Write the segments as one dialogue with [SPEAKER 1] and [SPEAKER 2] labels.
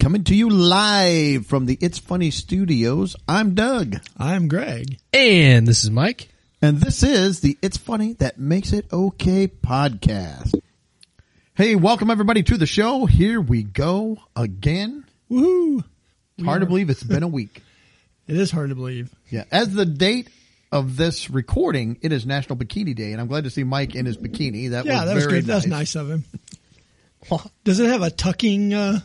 [SPEAKER 1] Coming to you live from the It's Funny Studios, I'm Doug.
[SPEAKER 2] I'm Greg.
[SPEAKER 3] And this is Mike.
[SPEAKER 1] And this is the It's Funny That Makes It Okay podcast. Hey, welcome everybody to the show. Here we go again.
[SPEAKER 2] Woohoo!
[SPEAKER 1] Hard to believe it's been a week.
[SPEAKER 2] It is hard to believe.
[SPEAKER 1] Yeah. As the date of this recording, it is National Bikini Day, and I'm glad to see Mike in his bikini. That
[SPEAKER 2] Yeah,
[SPEAKER 1] was
[SPEAKER 2] that was
[SPEAKER 1] very
[SPEAKER 2] good. That was nice of him. Does it have a tucking? Uh,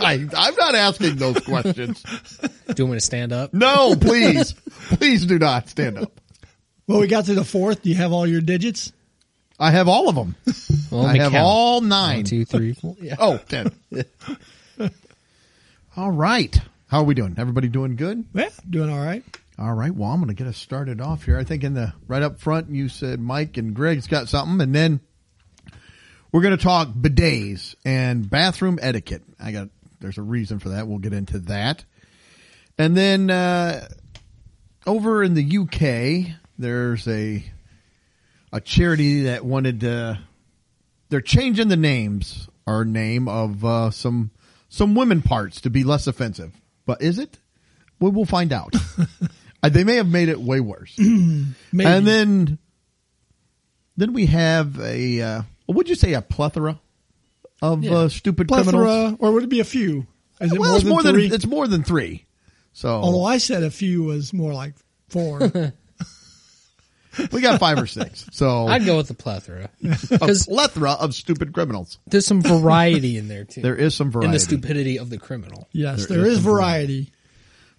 [SPEAKER 1] I, I'm not asking those questions.
[SPEAKER 3] Do you want me to stand up?
[SPEAKER 1] No, please, please do not stand up.
[SPEAKER 2] well, we got to the fourth. Do you have all your digits?
[SPEAKER 1] I have all of them.
[SPEAKER 3] Well, let
[SPEAKER 1] I
[SPEAKER 3] me
[SPEAKER 1] have
[SPEAKER 3] count.
[SPEAKER 1] all nine.
[SPEAKER 3] One, two, three, four. Yeah.
[SPEAKER 1] Oh, 10. All right. How are we doing? Everybody doing good?
[SPEAKER 2] Yeah, doing all right.
[SPEAKER 1] All right. Well, I'm going to get us started off here. I think in the right up front, you said Mike and Greg's got something and then we're going to talk bidets and bathroom etiquette. I got, there's a reason for that. We'll get into that. And then, uh, over in the UK, there's a, a charity that wanted to, they're changing the names or name of, uh, some, some women parts to be less offensive. But is it? We will find out. Uh, they may have made it way worse.
[SPEAKER 2] Maybe.
[SPEAKER 1] And then, then we have a uh, would you say a plethora of uh, stupid criminals?
[SPEAKER 2] plethora, uh, or would it be a few? Is it
[SPEAKER 1] well,
[SPEAKER 2] more
[SPEAKER 1] it's
[SPEAKER 2] than
[SPEAKER 1] more
[SPEAKER 2] three?
[SPEAKER 1] than it's more than three.
[SPEAKER 2] Although
[SPEAKER 1] So
[SPEAKER 2] I said a few was more like four.
[SPEAKER 1] we got five or six. So
[SPEAKER 3] I'd go with the plethora.
[SPEAKER 1] a
[SPEAKER 3] 'Cause
[SPEAKER 1] plethora of stupid criminals.
[SPEAKER 3] there's some variety in there too.
[SPEAKER 1] There is some
[SPEAKER 3] in
[SPEAKER 1] variety.
[SPEAKER 3] the stupidity of the criminal.
[SPEAKER 2] yes,
[SPEAKER 1] There
[SPEAKER 2] there
[SPEAKER 1] is
[SPEAKER 2] is
[SPEAKER 1] some more.
[SPEAKER 2] variety.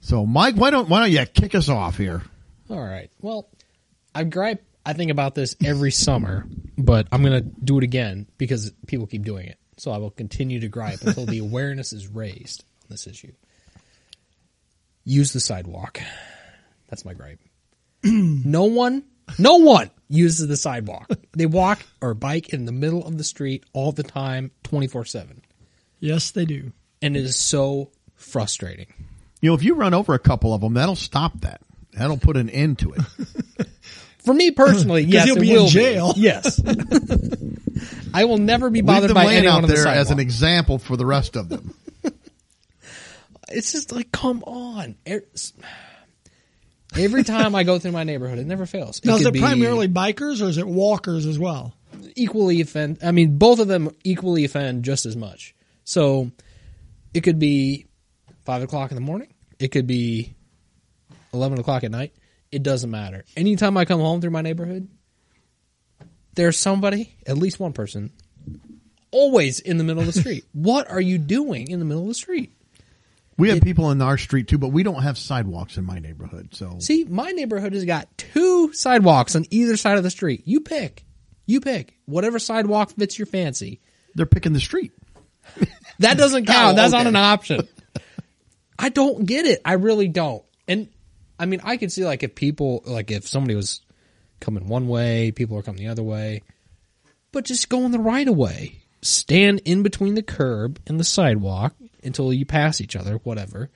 [SPEAKER 1] so Mike, why don't why don't you kick us off here?
[SPEAKER 3] All right. Well, I gripe. I think about this every summer, but I'm going to do it again because people keep doing it. So I will continue to gripe until the awareness is raised on this issue. Use the sidewalk. That's my gripe. no one, no one uses the sidewalk. They walk or bike in the middle of the street all the time, 24 7.
[SPEAKER 2] Yes, they do.
[SPEAKER 3] And it is so frustrating.
[SPEAKER 1] You know, if you run over a couple of them, that'll stop that. That'll put an end to it.
[SPEAKER 3] For me personally, yes,
[SPEAKER 2] you'll
[SPEAKER 3] it
[SPEAKER 2] be in
[SPEAKER 3] will
[SPEAKER 2] jail.
[SPEAKER 3] Yes, I will never be
[SPEAKER 1] Leave
[SPEAKER 3] bothered
[SPEAKER 1] them
[SPEAKER 3] by
[SPEAKER 1] laying
[SPEAKER 3] anyone
[SPEAKER 1] out
[SPEAKER 3] on the
[SPEAKER 1] there as an
[SPEAKER 3] sidewalk.
[SPEAKER 1] example for the rest of them.
[SPEAKER 3] it's just like, come on. It's- Every time I go through my neighborhood, it never fails.
[SPEAKER 2] Now, is
[SPEAKER 3] could
[SPEAKER 2] it
[SPEAKER 3] be
[SPEAKER 2] primarily bikers or is it walkers as well?
[SPEAKER 3] equally offend? I mean, both of them equally offend just as much. So it could be five o'clock in the morning. It could be eleven o'clock at night. It doesn't matter. Anytime I come home through my neighborhood, there's somebody, at least one person, always in the middle of the street. what are you doing in the middle of the street?
[SPEAKER 1] We have people in our street too, but we don't have sidewalks in my neighborhood. So
[SPEAKER 3] See, my neighborhood has got two sidewalks on either side of the street. You pick. You pick whatever sidewalk fits your fancy.
[SPEAKER 1] they're picking the street.
[SPEAKER 3] That doesn't count.
[SPEAKER 1] Oh,
[SPEAKER 3] That's
[SPEAKER 1] okay.
[SPEAKER 3] not an option. I don't get it. I really don't. And I mean, I can see like if people, like if somebody was coming one way, people are coming the other way, but just go in the right of way. Stand in between the curb and the sidewalk until you pass each other, whatever.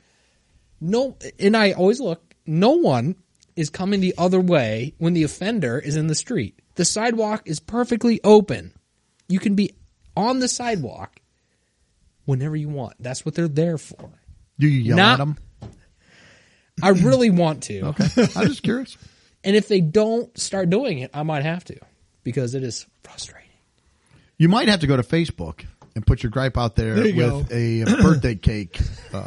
[SPEAKER 3] No, and I always look, no one is coming the other way when the offender is in the street. The sidewalk is perfectly open. You can be on the sidewalk whenever you want. That's what they're there for.
[SPEAKER 1] Do you yell
[SPEAKER 3] Not-
[SPEAKER 1] at them?
[SPEAKER 3] I really want to.
[SPEAKER 1] I'm just curious.
[SPEAKER 3] And if they don't start doing it, I might have to because it is frustrating.
[SPEAKER 1] You might have to go to Facebook and put your gripe out there,
[SPEAKER 2] There you go.
[SPEAKER 1] with a birthday cake uh,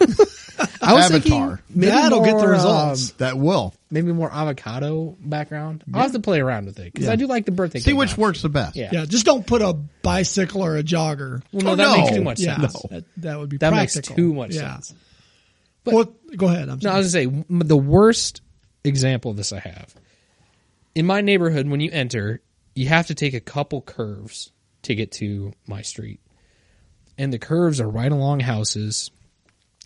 [SPEAKER 3] I was
[SPEAKER 1] avatar.
[SPEAKER 3] thinking maybe
[SPEAKER 2] That'll get the
[SPEAKER 3] more,
[SPEAKER 2] results.
[SPEAKER 3] um,
[SPEAKER 1] that will
[SPEAKER 3] maybe more avocado background. I'll have to play around with it because I do like the birthday.
[SPEAKER 1] see
[SPEAKER 3] cake
[SPEAKER 1] which
[SPEAKER 3] option.
[SPEAKER 1] works the best.
[SPEAKER 3] Yeah.
[SPEAKER 2] Yeah, just don't put a bicycle or a jogger.
[SPEAKER 3] Well, no,
[SPEAKER 1] Oh,
[SPEAKER 3] that
[SPEAKER 1] no.
[SPEAKER 3] makes too much
[SPEAKER 2] yeah,
[SPEAKER 3] sense.
[SPEAKER 2] that, that would be
[SPEAKER 3] That
[SPEAKER 2] practical.
[SPEAKER 3] makes too much
[SPEAKER 2] yeah.
[SPEAKER 3] sense. But-
[SPEAKER 2] Well, go ahead. I'm
[SPEAKER 3] No,
[SPEAKER 2] sorry.
[SPEAKER 3] I was gonna say m- the worst example of this I have in my neighborhood. When you enter, you have to take a couple curves to get to my street, and the curves are right along houses,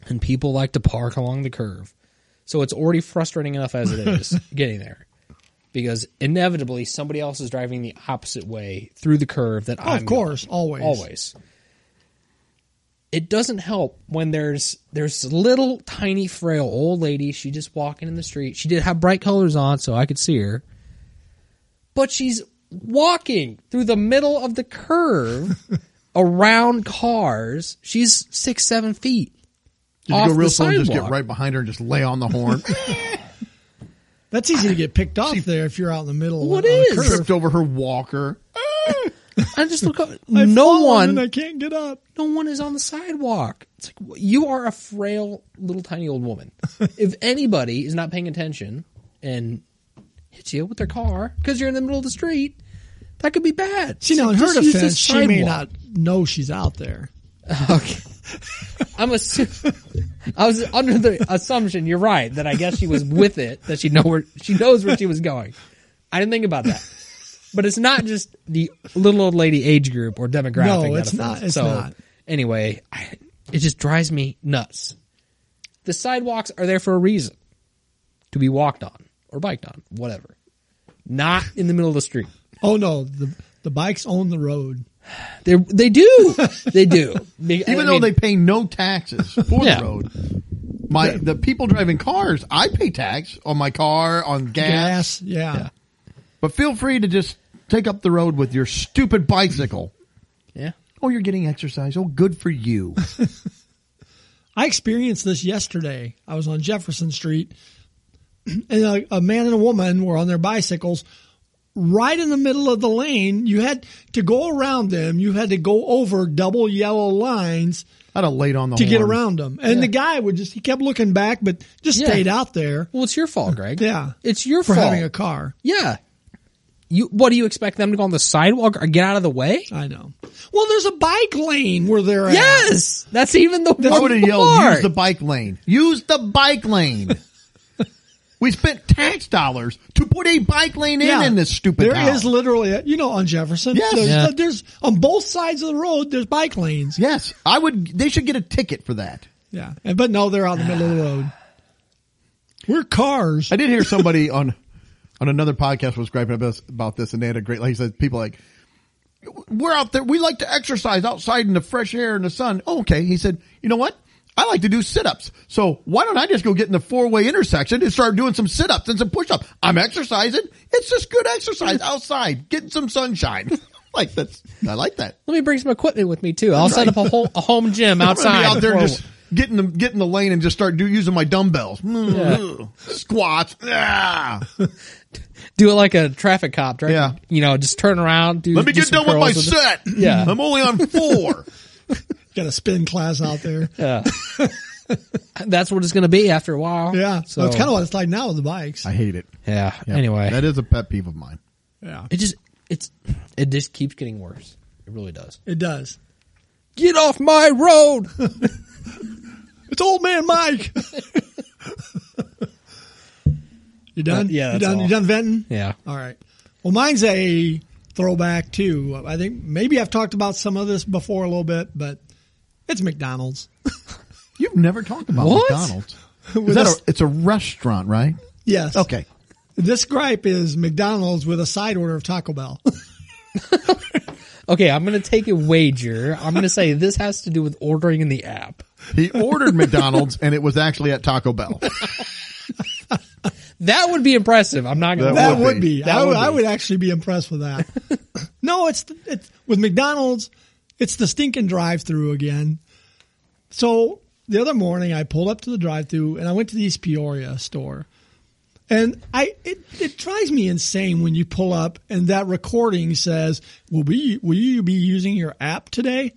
[SPEAKER 3] and people like to park along the curve, so it's already frustrating enough as it is getting there. Because inevitably somebody else is driving the opposite way through the curve that
[SPEAKER 2] Oh,
[SPEAKER 3] I'm
[SPEAKER 2] of course, always.
[SPEAKER 3] always. It doesn't help when there's there's this little tiny frail old lady. She just walking in the street. She did have bright colors on, so I could see her. But she's walking through the middle of the curve around cars. She's six, seven feet.
[SPEAKER 1] Did
[SPEAKER 3] off
[SPEAKER 1] you go real
[SPEAKER 3] the
[SPEAKER 1] slow and just get
[SPEAKER 3] sidewalk.
[SPEAKER 1] right behind her and just lay on the horn?
[SPEAKER 2] That's easy to get picked off there if you're out in the middle.
[SPEAKER 3] What
[SPEAKER 2] on a
[SPEAKER 3] is?
[SPEAKER 2] curve.
[SPEAKER 1] Tripped over her walker.
[SPEAKER 3] I just look up.
[SPEAKER 2] I've
[SPEAKER 3] no
[SPEAKER 2] fallen and
[SPEAKER 3] one,
[SPEAKER 2] I can't get up.
[SPEAKER 3] no one is on the sidewalk. It's like you are a frail little tiny old woman. if anybody is not paying attention and hits you with their car because you're in the middle of the street, that could be bad.
[SPEAKER 2] See, now in
[SPEAKER 3] Just
[SPEAKER 2] her
[SPEAKER 3] use the
[SPEAKER 2] defense, she may
[SPEAKER 3] sidewalk.
[SPEAKER 2] not know she's out there.
[SPEAKER 3] Okay. I'm assuming. I was under the assumption. You're right that I guess she was with it. That she know where she knows where she was going. I didn't think about that. But it's not just the little old lady age group or demographic.
[SPEAKER 2] No,
[SPEAKER 3] that
[SPEAKER 2] it's
[SPEAKER 3] affects
[SPEAKER 2] not,
[SPEAKER 3] it.
[SPEAKER 2] it's
[SPEAKER 3] so
[SPEAKER 2] not.
[SPEAKER 3] anyway, I, it just drives me nuts. The sidewalks are there for a reason, to be walked on or biked on, whatever. Not in the middle of the street.
[SPEAKER 2] Oh no, the the bikes own the road.
[SPEAKER 3] They they do they do
[SPEAKER 1] Even though they pay no taxes for
[SPEAKER 3] Yeah.
[SPEAKER 1] the road. My the people driving cars, I pay tax on my car, on gas,
[SPEAKER 2] Gas, yeah.
[SPEAKER 1] But feel free to just take up the road with your stupid bicycle.
[SPEAKER 3] yeah
[SPEAKER 1] Oh, you're getting exercise. Oh, good for you.
[SPEAKER 2] I experienced this yesterday. I was on Jefferson Street, and a, a man and a woman were on their bicycles. Right in the middle of the lane, you had to go around them. You had to go over double yellow lines
[SPEAKER 1] I'd have laid on the
[SPEAKER 2] to get
[SPEAKER 1] horn.
[SPEAKER 2] around them. And the guy would just, he kept looking back, but just
[SPEAKER 3] Yeah.
[SPEAKER 2] stayed out there
[SPEAKER 3] Well, it's your fault, Greg.
[SPEAKER 2] Yeah.
[SPEAKER 3] it's your
[SPEAKER 2] for
[SPEAKER 3] fault.
[SPEAKER 2] having a car.
[SPEAKER 3] yeah. You what do you expect them to go on the sidewalk or get out of the way?
[SPEAKER 2] I know. Well, there's a bike lane where they're at.
[SPEAKER 3] Yes, that's even the
[SPEAKER 1] I would
[SPEAKER 3] worst
[SPEAKER 1] have yelled,
[SPEAKER 3] part.
[SPEAKER 1] use the bike lane. Use the bike lane. we spent tax dollars to put a bike lane in in this stupid
[SPEAKER 2] There
[SPEAKER 1] town.
[SPEAKER 2] is literally, a, you know, on Jefferson.
[SPEAKER 1] Yes.
[SPEAKER 2] There's,
[SPEAKER 3] Yeah.
[SPEAKER 2] there's on both sides of the road. There's bike lanes.
[SPEAKER 1] yes, I would. They should get a ticket for that.
[SPEAKER 2] Yeah, and, but no, they're out in the middle of the road. We're cars.
[SPEAKER 1] I did hear somebody on on another podcast was griping about this, about this, and they had a great. Like he said, people like we're out there. We like to exercise outside in the fresh air and the sun. Oh, okay, he said. You know what? I like to do sit ups. So why don't I just go get in the four way intersection and start doing some sit ups and some push ups? I'm exercising. It's just good exercise outside, getting some sunshine. like that's I like that.
[SPEAKER 3] Let me bring some equipment with me too. I'll set up a, whole, a home gym
[SPEAKER 1] I'm
[SPEAKER 3] outside.
[SPEAKER 1] gonna be out there
[SPEAKER 3] before-
[SPEAKER 1] just get in the get in the lane and just start do, using my dumbbells, Mm, squats. Ah.
[SPEAKER 3] do it like a traffic cop, right?
[SPEAKER 1] Yeah.
[SPEAKER 3] you know, just turn around. Do
[SPEAKER 1] Let me
[SPEAKER 3] do
[SPEAKER 1] get
[SPEAKER 3] some
[SPEAKER 1] done with my
[SPEAKER 3] curls
[SPEAKER 1] set.
[SPEAKER 3] Yeah.
[SPEAKER 1] I'm only on four.
[SPEAKER 2] Got a spin class out there. Yeah,
[SPEAKER 3] That's what it's going to be after a while.
[SPEAKER 2] so it's kind of what it's like now with the bikes.
[SPEAKER 1] I hate it.
[SPEAKER 3] yeah. Anyway,
[SPEAKER 1] that is a pet peeve of mine.
[SPEAKER 2] yeah,
[SPEAKER 3] it just it's it just keeps getting worse. It really does.
[SPEAKER 2] it does.
[SPEAKER 3] Get off my road.
[SPEAKER 2] It's old man Mike. you done?
[SPEAKER 3] Uh, yeah,
[SPEAKER 2] you
[SPEAKER 3] that's
[SPEAKER 2] done.
[SPEAKER 3] all.
[SPEAKER 2] You done venting?
[SPEAKER 3] yeah.
[SPEAKER 2] All right. Well, mine's a throwback too. I think maybe I've talked about some of this before a little bit, but it's McDonald's.
[SPEAKER 1] You've never talked about
[SPEAKER 3] What?
[SPEAKER 1] McDonald's. Is
[SPEAKER 2] With
[SPEAKER 1] that
[SPEAKER 2] us-
[SPEAKER 1] a, it's a restaurant, right?
[SPEAKER 2] Yes.
[SPEAKER 1] Okay.
[SPEAKER 2] This gripe is McDonald's with a side order of Taco Bell.
[SPEAKER 3] Okay, I'm going to take a wager. I'm going to say this has to do with ordering in the app.
[SPEAKER 1] He ordered McDonald's and it was actually at Taco Bell.
[SPEAKER 3] That would be impressive. I'm not going to
[SPEAKER 1] That
[SPEAKER 2] That
[SPEAKER 1] would
[SPEAKER 2] would
[SPEAKER 1] be.
[SPEAKER 2] be.
[SPEAKER 3] That
[SPEAKER 2] I, would,
[SPEAKER 3] would
[SPEAKER 2] I
[SPEAKER 3] be.
[SPEAKER 2] would actually be impressed with that. no, it's it's with McDonald's. It's the stinking drive-through again. So the other morning, I pulled up to the drive-through and I went to the East Peoria store, and I it, it drives me insane when you pull up and that recording says, "Will be will you be using your app today?"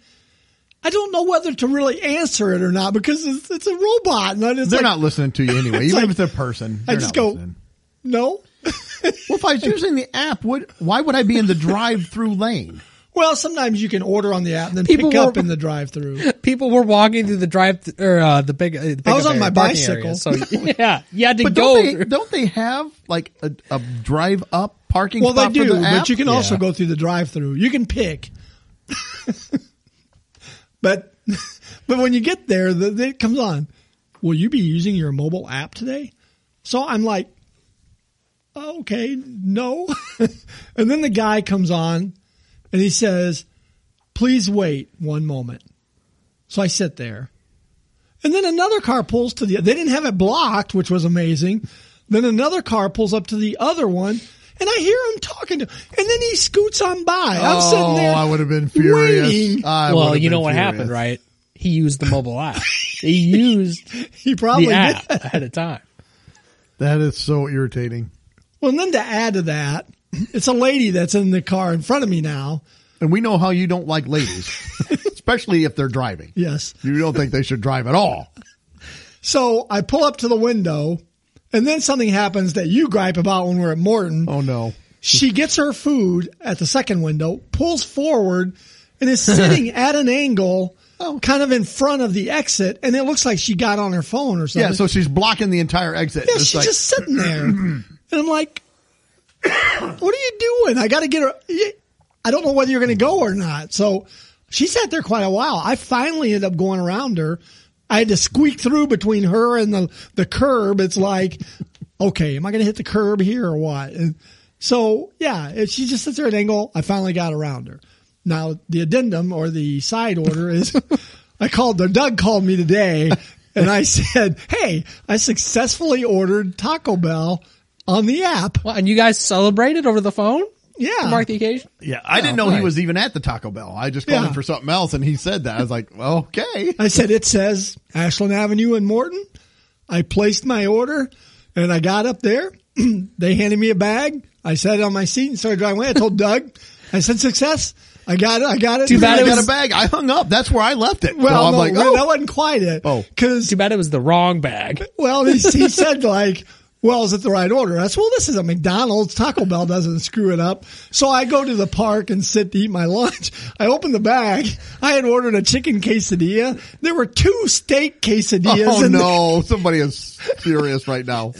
[SPEAKER 2] I don't know whether to really answer it or not because it's, it's a robot. And I just
[SPEAKER 1] They're
[SPEAKER 2] like,
[SPEAKER 1] not listening to you anyway. Even
[SPEAKER 2] like-
[SPEAKER 1] if it's a person,
[SPEAKER 2] I
[SPEAKER 1] they're
[SPEAKER 2] just
[SPEAKER 1] not
[SPEAKER 2] go-
[SPEAKER 1] listening.
[SPEAKER 2] No.
[SPEAKER 1] Well, if I was using the app, what? Why would I be in the drive-through lane?
[SPEAKER 2] Well, sometimes you can order on the app and then
[SPEAKER 3] People
[SPEAKER 2] pick
[SPEAKER 3] were-
[SPEAKER 2] up in the drive-through.
[SPEAKER 3] People were walking through the drive or uh, the big. Uh, the
[SPEAKER 2] I was
[SPEAKER 3] pickup
[SPEAKER 2] on my
[SPEAKER 3] area, parking area,
[SPEAKER 2] bicycle.
[SPEAKER 3] so yeah, you had to
[SPEAKER 1] But
[SPEAKER 3] go.
[SPEAKER 1] don't they,
[SPEAKER 3] through-
[SPEAKER 1] don't they have like a, a drive-up parking?
[SPEAKER 2] Well, they
[SPEAKER 1] spot
[SPEAKER 2] do,
[SPEAKER 1] for the app?
[SPEAKER 2] but you can also
[SPEAKER 3] Yeah.
[SPEAKER 2] go through the drive-through. You can pick, but but when you get there, the, the, it comes on. Will you be using your mobile app today? So I'm like, "Oh, okay, no. and then the guy comes on, and he says, "Please wait one moment." So I sit there. And then another car pulls to the. They didn't have it blocked, which was amazing. Then another car pulls up to the other one, And I hear him talking to, and then he scoots on by. I'm
[SPEAKER 1] oh,
[SPEAKER 2] sitting there.
[SPEAKER 1] I would have been furious.
[SPEAKER 2] waiting.
[SPEAKER 1] I would
[SPEAKER 3] well,
[SPEAKER 1] have
[SPEAKER 3] you know
[SPEAKER 1] been
[SPEAKER 3] what
[SPEAKER 1] furious.
[SPEAKER 3] happened, right? He used the mobile app. he used
[SPEAKER 2] Oh, He probably
[SPEAKER 3] the
[SPEAKER 2] did.
[SPEAKER 3] app ahead of time.
[SPEAKER 1] That is so irritating.
[SPEAKER 2] Well, and then to add to that, it's a lady that's in the car in front of me now.
[SPEAKER 1] And we know how you don't like ladies, especially if they're driving.
[SPEAKER 2] Yes.
[SPEAKER 1] You don't think they should drive at all.
[SPEAKER 2] So I pull up to the window, and then something happens that you gripe about when we're at Morton.
[SPEAKER 1] Oh no.
[SPEAKER 2] She gets her food at the second window, pulls forward, and is sitting at an angle,
[SPEAKER 1] Oh.
[SPEAKER 2] kind of in front of the exit, and it looks like she got on her phone or something.
[SPEAKER 1] Yeah, so she's blocking the entire exit.
[SPEAKER 2] Yeah,
[SPEAKER 1] It's
[SPEAKER 2] she's
[SPEAKER 1] like-
[SPEAKER 2] just sitting there, and I'm like, "What are you doing? I got to get her. I don't know whether you're going to go or not." So she sat there quite a while. I finally ended up going around her. I had to squeak through between her and the the curb. It's like, okay, am I going to hit the curb here or what? And so yeah, if she just sits there at an angle. I finally got around her. Now the addendum or the side order is, I called. Doug called me today, and I said, "Hey, I successfully ordered Taco Bell on the app."
[SPEAKER 3] Well, and you guys celebrated over the phone?
[SPEAKER 2] Yeah.
[SPEAKER 3] To mark the occasion?
[SPEAKER 1] yeah, I didn't know he was even at the Taco Bell. I just called
[SPEAKER 2] Oh, Yeah.
[SPEAKER 1] him for something else, and he said that. I was like, well, okay.
[SPEAKER 2] I said, it says Ashland Avenue in Morton. I placed my order and I got up there. they handed me a bag. I sat it on my seat and started driving away. I told Doug, I said, success. I got it. I got it.
[SPEAKER 3] Too bad
[SPEAKER 1] I
[SPEAKER 3] it
[SPEAKER 1] got
[SPEAKER 3] was-
[SPEAKER 1] a bag. I hung up. That's where I left it.
[SPEAKER 2] Well,
[SPEAKER 1] so I'm
[SPEAKER 2] no,
[SPEAKER 1] like,
[SPEAKER 2] that
[SPEAKER 1] oh,
[SPEAKER 2] wasn't quite it.
[SPEAKER 1] Oh.
[SPEAKER 2] Cause,
[SPEAKER 3] Too bad it was the wrong bag.
[SPEAKER 2] well, he, he said like, well, is it the right order? I said, well, this is a McDonald's. Taco Bell doesn't screw it up. So I go to the park and sit to eat my lunch. I open the bag. I had ordered a chicken quesadilla. There were two steak quesadillas
[SPEAKER 1] oh
[SPEAKER 2] in there.
[SPEAKER 1] no, somebody is furious right now.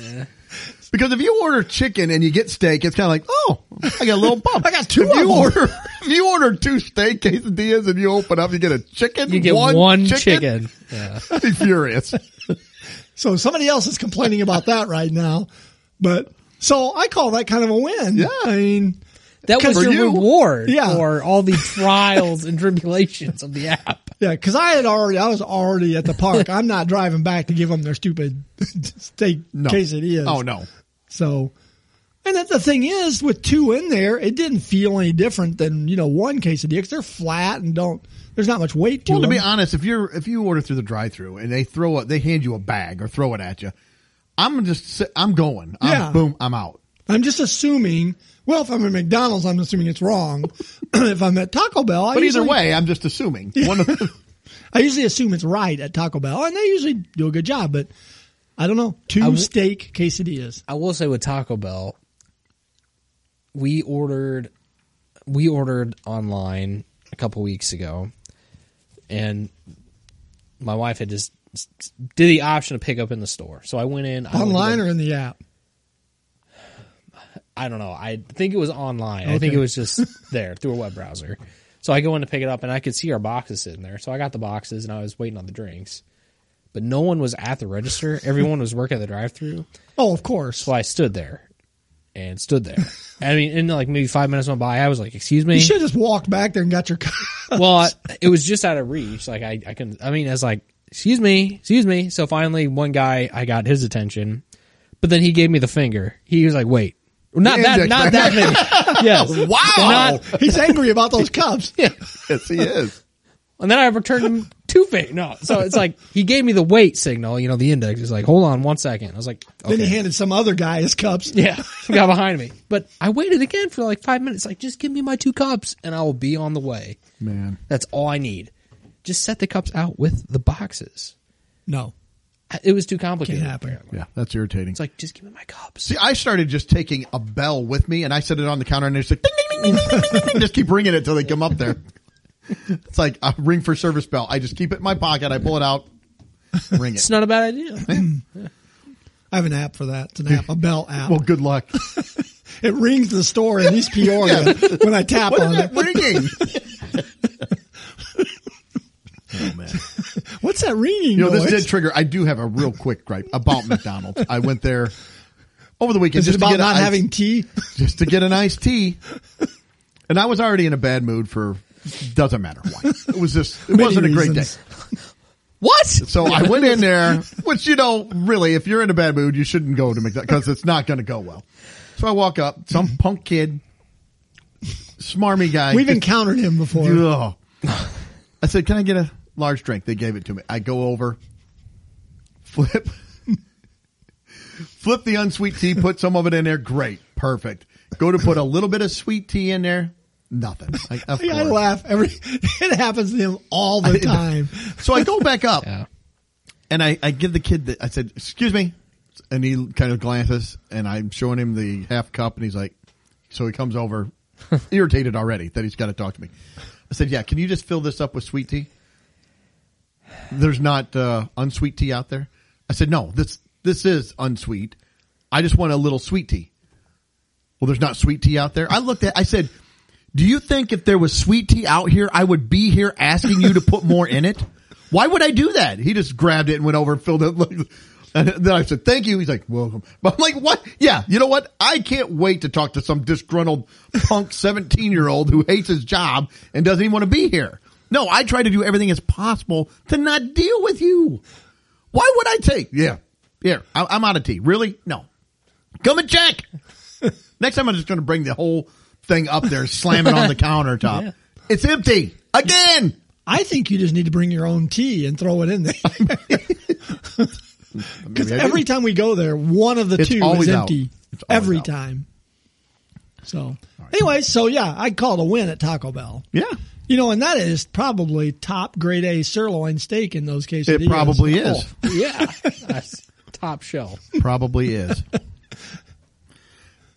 [SPEAKER 1] Because if you order chicken and you get steak, it's kind of like, oh, I got a little bump.
[SPEAKER 2] I got two
[SPEAKER 1] If
[SPEAKER 2] of
[SPEAKER 1] you
[SPEAKER 2] them.
[SPEAKER 1] order, if you order two steak quesadillas and you open up, you get a chicken.
[SPEAKER 3] You get one,
[SPEAKER 1] chicken.
[SPEAKER 3] chicken. Yeah.
[SPEAKER 1] I'd be furious.
[SPEAKER 2] So somebody else is complaining about that right now. But so I call that kind of a win.
[SPEAKER 1] Yeah.
[SPEAKER 2] I mean,
[SPEAKER 3] That was
[SPEAKER 1] For
[SPEAKER 3] your
[SPEAKER 1] you.
[SPEAKER 3] reward
[SPEAKER 2] Yeah.
[SPEAKER 3] for all the trials and tribulations of the app.
[SPEAKER 2] yeah, cause I had already, I was already at the park. I'm not driving back to give them their stupid steak
[SPEAKER 1] No.
[SPEAKER 2] quesadillas.
[SPEAKER 1] Oh no.
[SPEAKER 2] So, and that the thing is with two in there, it didn't feel any different than, you know, one quesadilla they they're flat and don't, there's not much weight to
[SPEAKER 1] Well, to
[SPEAKER 2] them.
[SPEAKER 1] be honest, if you're if you order through the drive-through and they throw a, they hand you a bag or throw it at you, I'm just sit- I'm going. I'm,
[SPEAKER 2] Yeah.
[SPEAKER 1] Boom. I'm out.
[SPEAKER 2] I'm just assuming, well, if I'm at McDonald's, I'm assuming it's wrong. if I'm at Taco Bell, I
[SPEAKER 1] But either
[SPEAKER 2] usually-
[SPEAKER 1] way, I'm just assuming. One of the,
[SPEAKER 2] I usually assume it's right at Taco Bell, and they usually do a good job, but I don't know. Two
[SPEAKER 3] w-
[SPEAKER 2] steak quesadillas.
[SPEAKER 3] I will say with Taco Bell, we ordered we ordered online a couple weeks ago, and my wife had just did the option to pick up in the store. So I went in I went to
[SPEAKER 2] Online
[SPEAKER 3] go-
[SPEAKER 2] or in the app?
[SPEAKER 3] I don't know. I think it was online. I think
[SPEAKER 2] Okay.
[SPEAKER 3] it was just there through a web browser. So I go in to pick it up, and I could see our boxes sitting there. So I got the boxes, and I was waiting on the drinks, but no one was at the register. Everyone was working at the drive-through.
[SPEAKER 2] Oh, of course.
[SPEAKER 3] So I stood there and stood there. I mean, and like maybe five minutes went by. I was like, "Excuse me."
[SPEAKER 2] You should have just walked back there and got your cup.
[SPEAKER 3] Well, I, it was just out of reach. Like I, I couldn't. I mean, I was like, "Excuse me, excuse me." So finally, one guy, I got his attention, but then he gave me the finger. He was like, "Wait, not
[SPEAKER 1] The
[SPEAKER 3] that,
[SPEAKER 1] index
[SPEAKER 3] not that many." Yes.
[SPEAKER 1] wow.
[SPEAKER 3] Not-
[SPEAKER 2] He's angry about those cups.
[SPEAKER 3] Yeah.
[SPEAKER 1] yes, he is.
[SPEAKER 3] And then I returned him two finger. No, so it's like he gave me the wait signal. You know, the index is like, "Hold on, one second. I was like, okay.
[SPEAKER 2] Then he handed some other guy his cups.
[SPEAKER 3] Yeah, got behind me. But I waited again for like five minutes. Like, just give me my two cups, and I will be on the way.
[SPEAKER 1] Man.
[SPEAKER 3] That's all I need. Just set the cups out with the boxes. Uh,
[SPEAKER 2] No,
[SPEAKER 3] It was too complicated.
[SPEAKER 2] it happened.
[SPEAKER 1] Yeah, that's irritating.
[SPEAKER 3] It's like, just give me my cups.
[SPEAKER 1] See, I started just taking a bell with me, and I set it on the counter, and it's like ding, ding, ding, ding, ding, ding, ding, ding. just keep ringing it till they come up there. It's like a ring for service bell. I just keep it in my pocket. I pull it out, ring it.
[SPEAKER 3] It's not a bad idea.
[SPEAKER 2] I have an app for that. It's an app, a Bell app.
[SPEAKER 1] Well, good luck.
[SPEAKER 2] it rings the store in East Peoria when I tap
[SPEAKER 1] What
[SPEAKER 2] on
[SPEAKER 1] is that
[SPEAKER 2] it.
[SPEAKER 1] ringing? oh man!
[SPEAKER 2] What's that ringing
[SPEAKER 1] You know this
[SPEAKER 2] noise?
[SPEAKER 1] did trigger. I do have a real quick gripe about McDonald's. I went there over the weekend
[SPEAKER 2] Is it
[SPEAKER 1] just to
[SPEAKER 2] about
[SPEAKER 1] get a
[SPEAKER 2] not
[SPEAKER 1] ice-
[SPEAKER 2] having tea?
[SPEAKER 1] just to get an iced tea. And I was already in a bad mood for doesn't matter why. It was just it
[SPEAKER 2] Many
[SPEAKER 1] wasn't a great day.
[SPEAKER 2] reasons.
[SPEAKER 3] what?
[SPEAKER 1] So I went in there, which you know, really, if you're in a bad mood, you shouldn't go to McDonald's because it's not going to go well. So I walk up, some punk kid, smarmy guy.
[SPEAKER 2] We've encountered him before.
[SPEAKER 1] Ugh. I said, "Can I get a large drink?" They gave it to me. I go over, flip, flip the unsweet tea, put some of it in there. Great, perfect. Go to put a little bit of sweet tea in there. Nothing. Like, of
[SPEAKER 2] I
[SPEAKER 1] course.
[SPEAKER 2] laugh every. It happens to him all the time.
[SPEAKER 1] So I go back up
[SPEAKER 3] Yeah.
[SPEAKER 1] and I, I give the kid the, I said, excuse me. And he kind of glances and I'm showing him the half cup and he's like, so he comes over irritated already that he's got to talk to me. I said, yeah, can you just fill this up with sweet tea? There's not, uh, unsweet tea out there. I said, no, this, this is unsweet. I just want a little sweet tea. Well, there's not sweet tea out there. I looked at, I said, do you think if there was sweet tea out here, I would be here asking you to put more in it? Why would I do that? He just grabbed it and went over and filled it. And then I said, thank you. He's like, welcome. But I'm like, what? Yeah. You know what? I can't wait to talk to some disgruntled punk 17 year old who hates his job and doesn't even want to be here. No, I try to do everything as possible to not deal with you. Why would I take? Yeah. Yeah. I- I'm out of tea. Really? No. Come and check. Next time I'm just going to bring the whole thing up there, slam it on the countertop.
[SPEAKER 3] Yeah.
[SPEAKER 1] It's empty again.
[SPEAKER 2] I think you just need to bring your own tea and throw it in there. Because
[SPEAKER 1] Maybe I do.
[SPEAKER 2] every time we go there, one of the
[SPEAKER 1] It's
[SPEAKER 2] two
[SPEAKER 1] always
[SPEAKER 2] is
[SPEAKER 1] out.
[SPEAKER 2] empty.
[SPEAKER 1] It's always
[SPEAKER 2] Every
[SPEAKER 1] out.
[SPEAKER 2] time. So, anyway, so yeah, I called a win at Taco Bell.
[SPEAKER 1] yeah,
[SPEAKER 2] You know, and that is probably top grade A sirloin steak in those cases. Oh,
[SPEAKER 1] it probably is.
[SPEAKER 3] yeah. That's top shelf.
[SPEAKER 1] Probably is.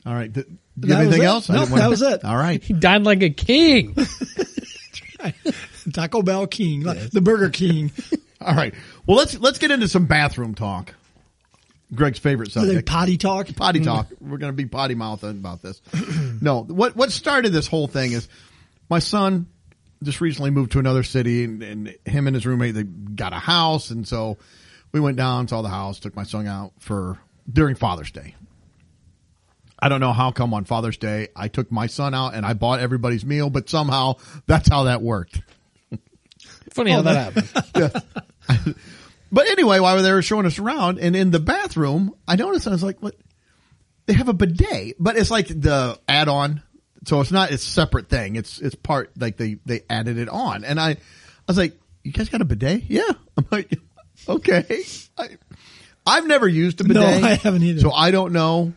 [SPEAKER 1] All right. Th- you
[SPEAKER 2] That
[SPEAKER 1] have
[SPEAKER 2] was
[SPEAKER 1] anything
[SPEAKER 2] it.
[SPEAKER 1] else? I
[SPEAKER 2] Nope,
[SPEAKER 1] didn't wanna-
[SPEAKER 2] that was it.
[SPEAKER 1] All right.
[SPEAKER 3] He died like a king.
[SPEAKER 2] Taco Bell King, like the Burger King.
[SPEAKER 1] All right. Well, let's let's get into some bathroom talk. Greg's favorite
[SPEAKER 2] Are they
[SPEAKER 1] subject.
[SPEAKER 2] potty talk?
[SPEAKER 1] potty talk. We're going to be potty mouthing about this. No, what what started this whole thing is my son just recently moved to another city, and, and him and his roommate they got a house, and so we went down saw the house, took my son out for during Father's Day. I don't know how come on Father's Day I took my son out and I bought everybody's meal, but somehow that's how that worked.
[SPEAKER 3] Funny how that happened.
[SPEAKER 1] But anyway, while they were showing us around and in the bathroom, I noticed I was like, what? They have a bidet, but it's like the add on. So it's not its separate thing. It's, it's part like they, they added it on. And I, I was like, you guys got a bidet? Yeah. I'm like, okay. I, I've never used a
[SPEAKER 2] No,
[SPEAKER 1] bidet.
[SPEAKER 2] I haven't either.
[SPEAKER 1] So I don't know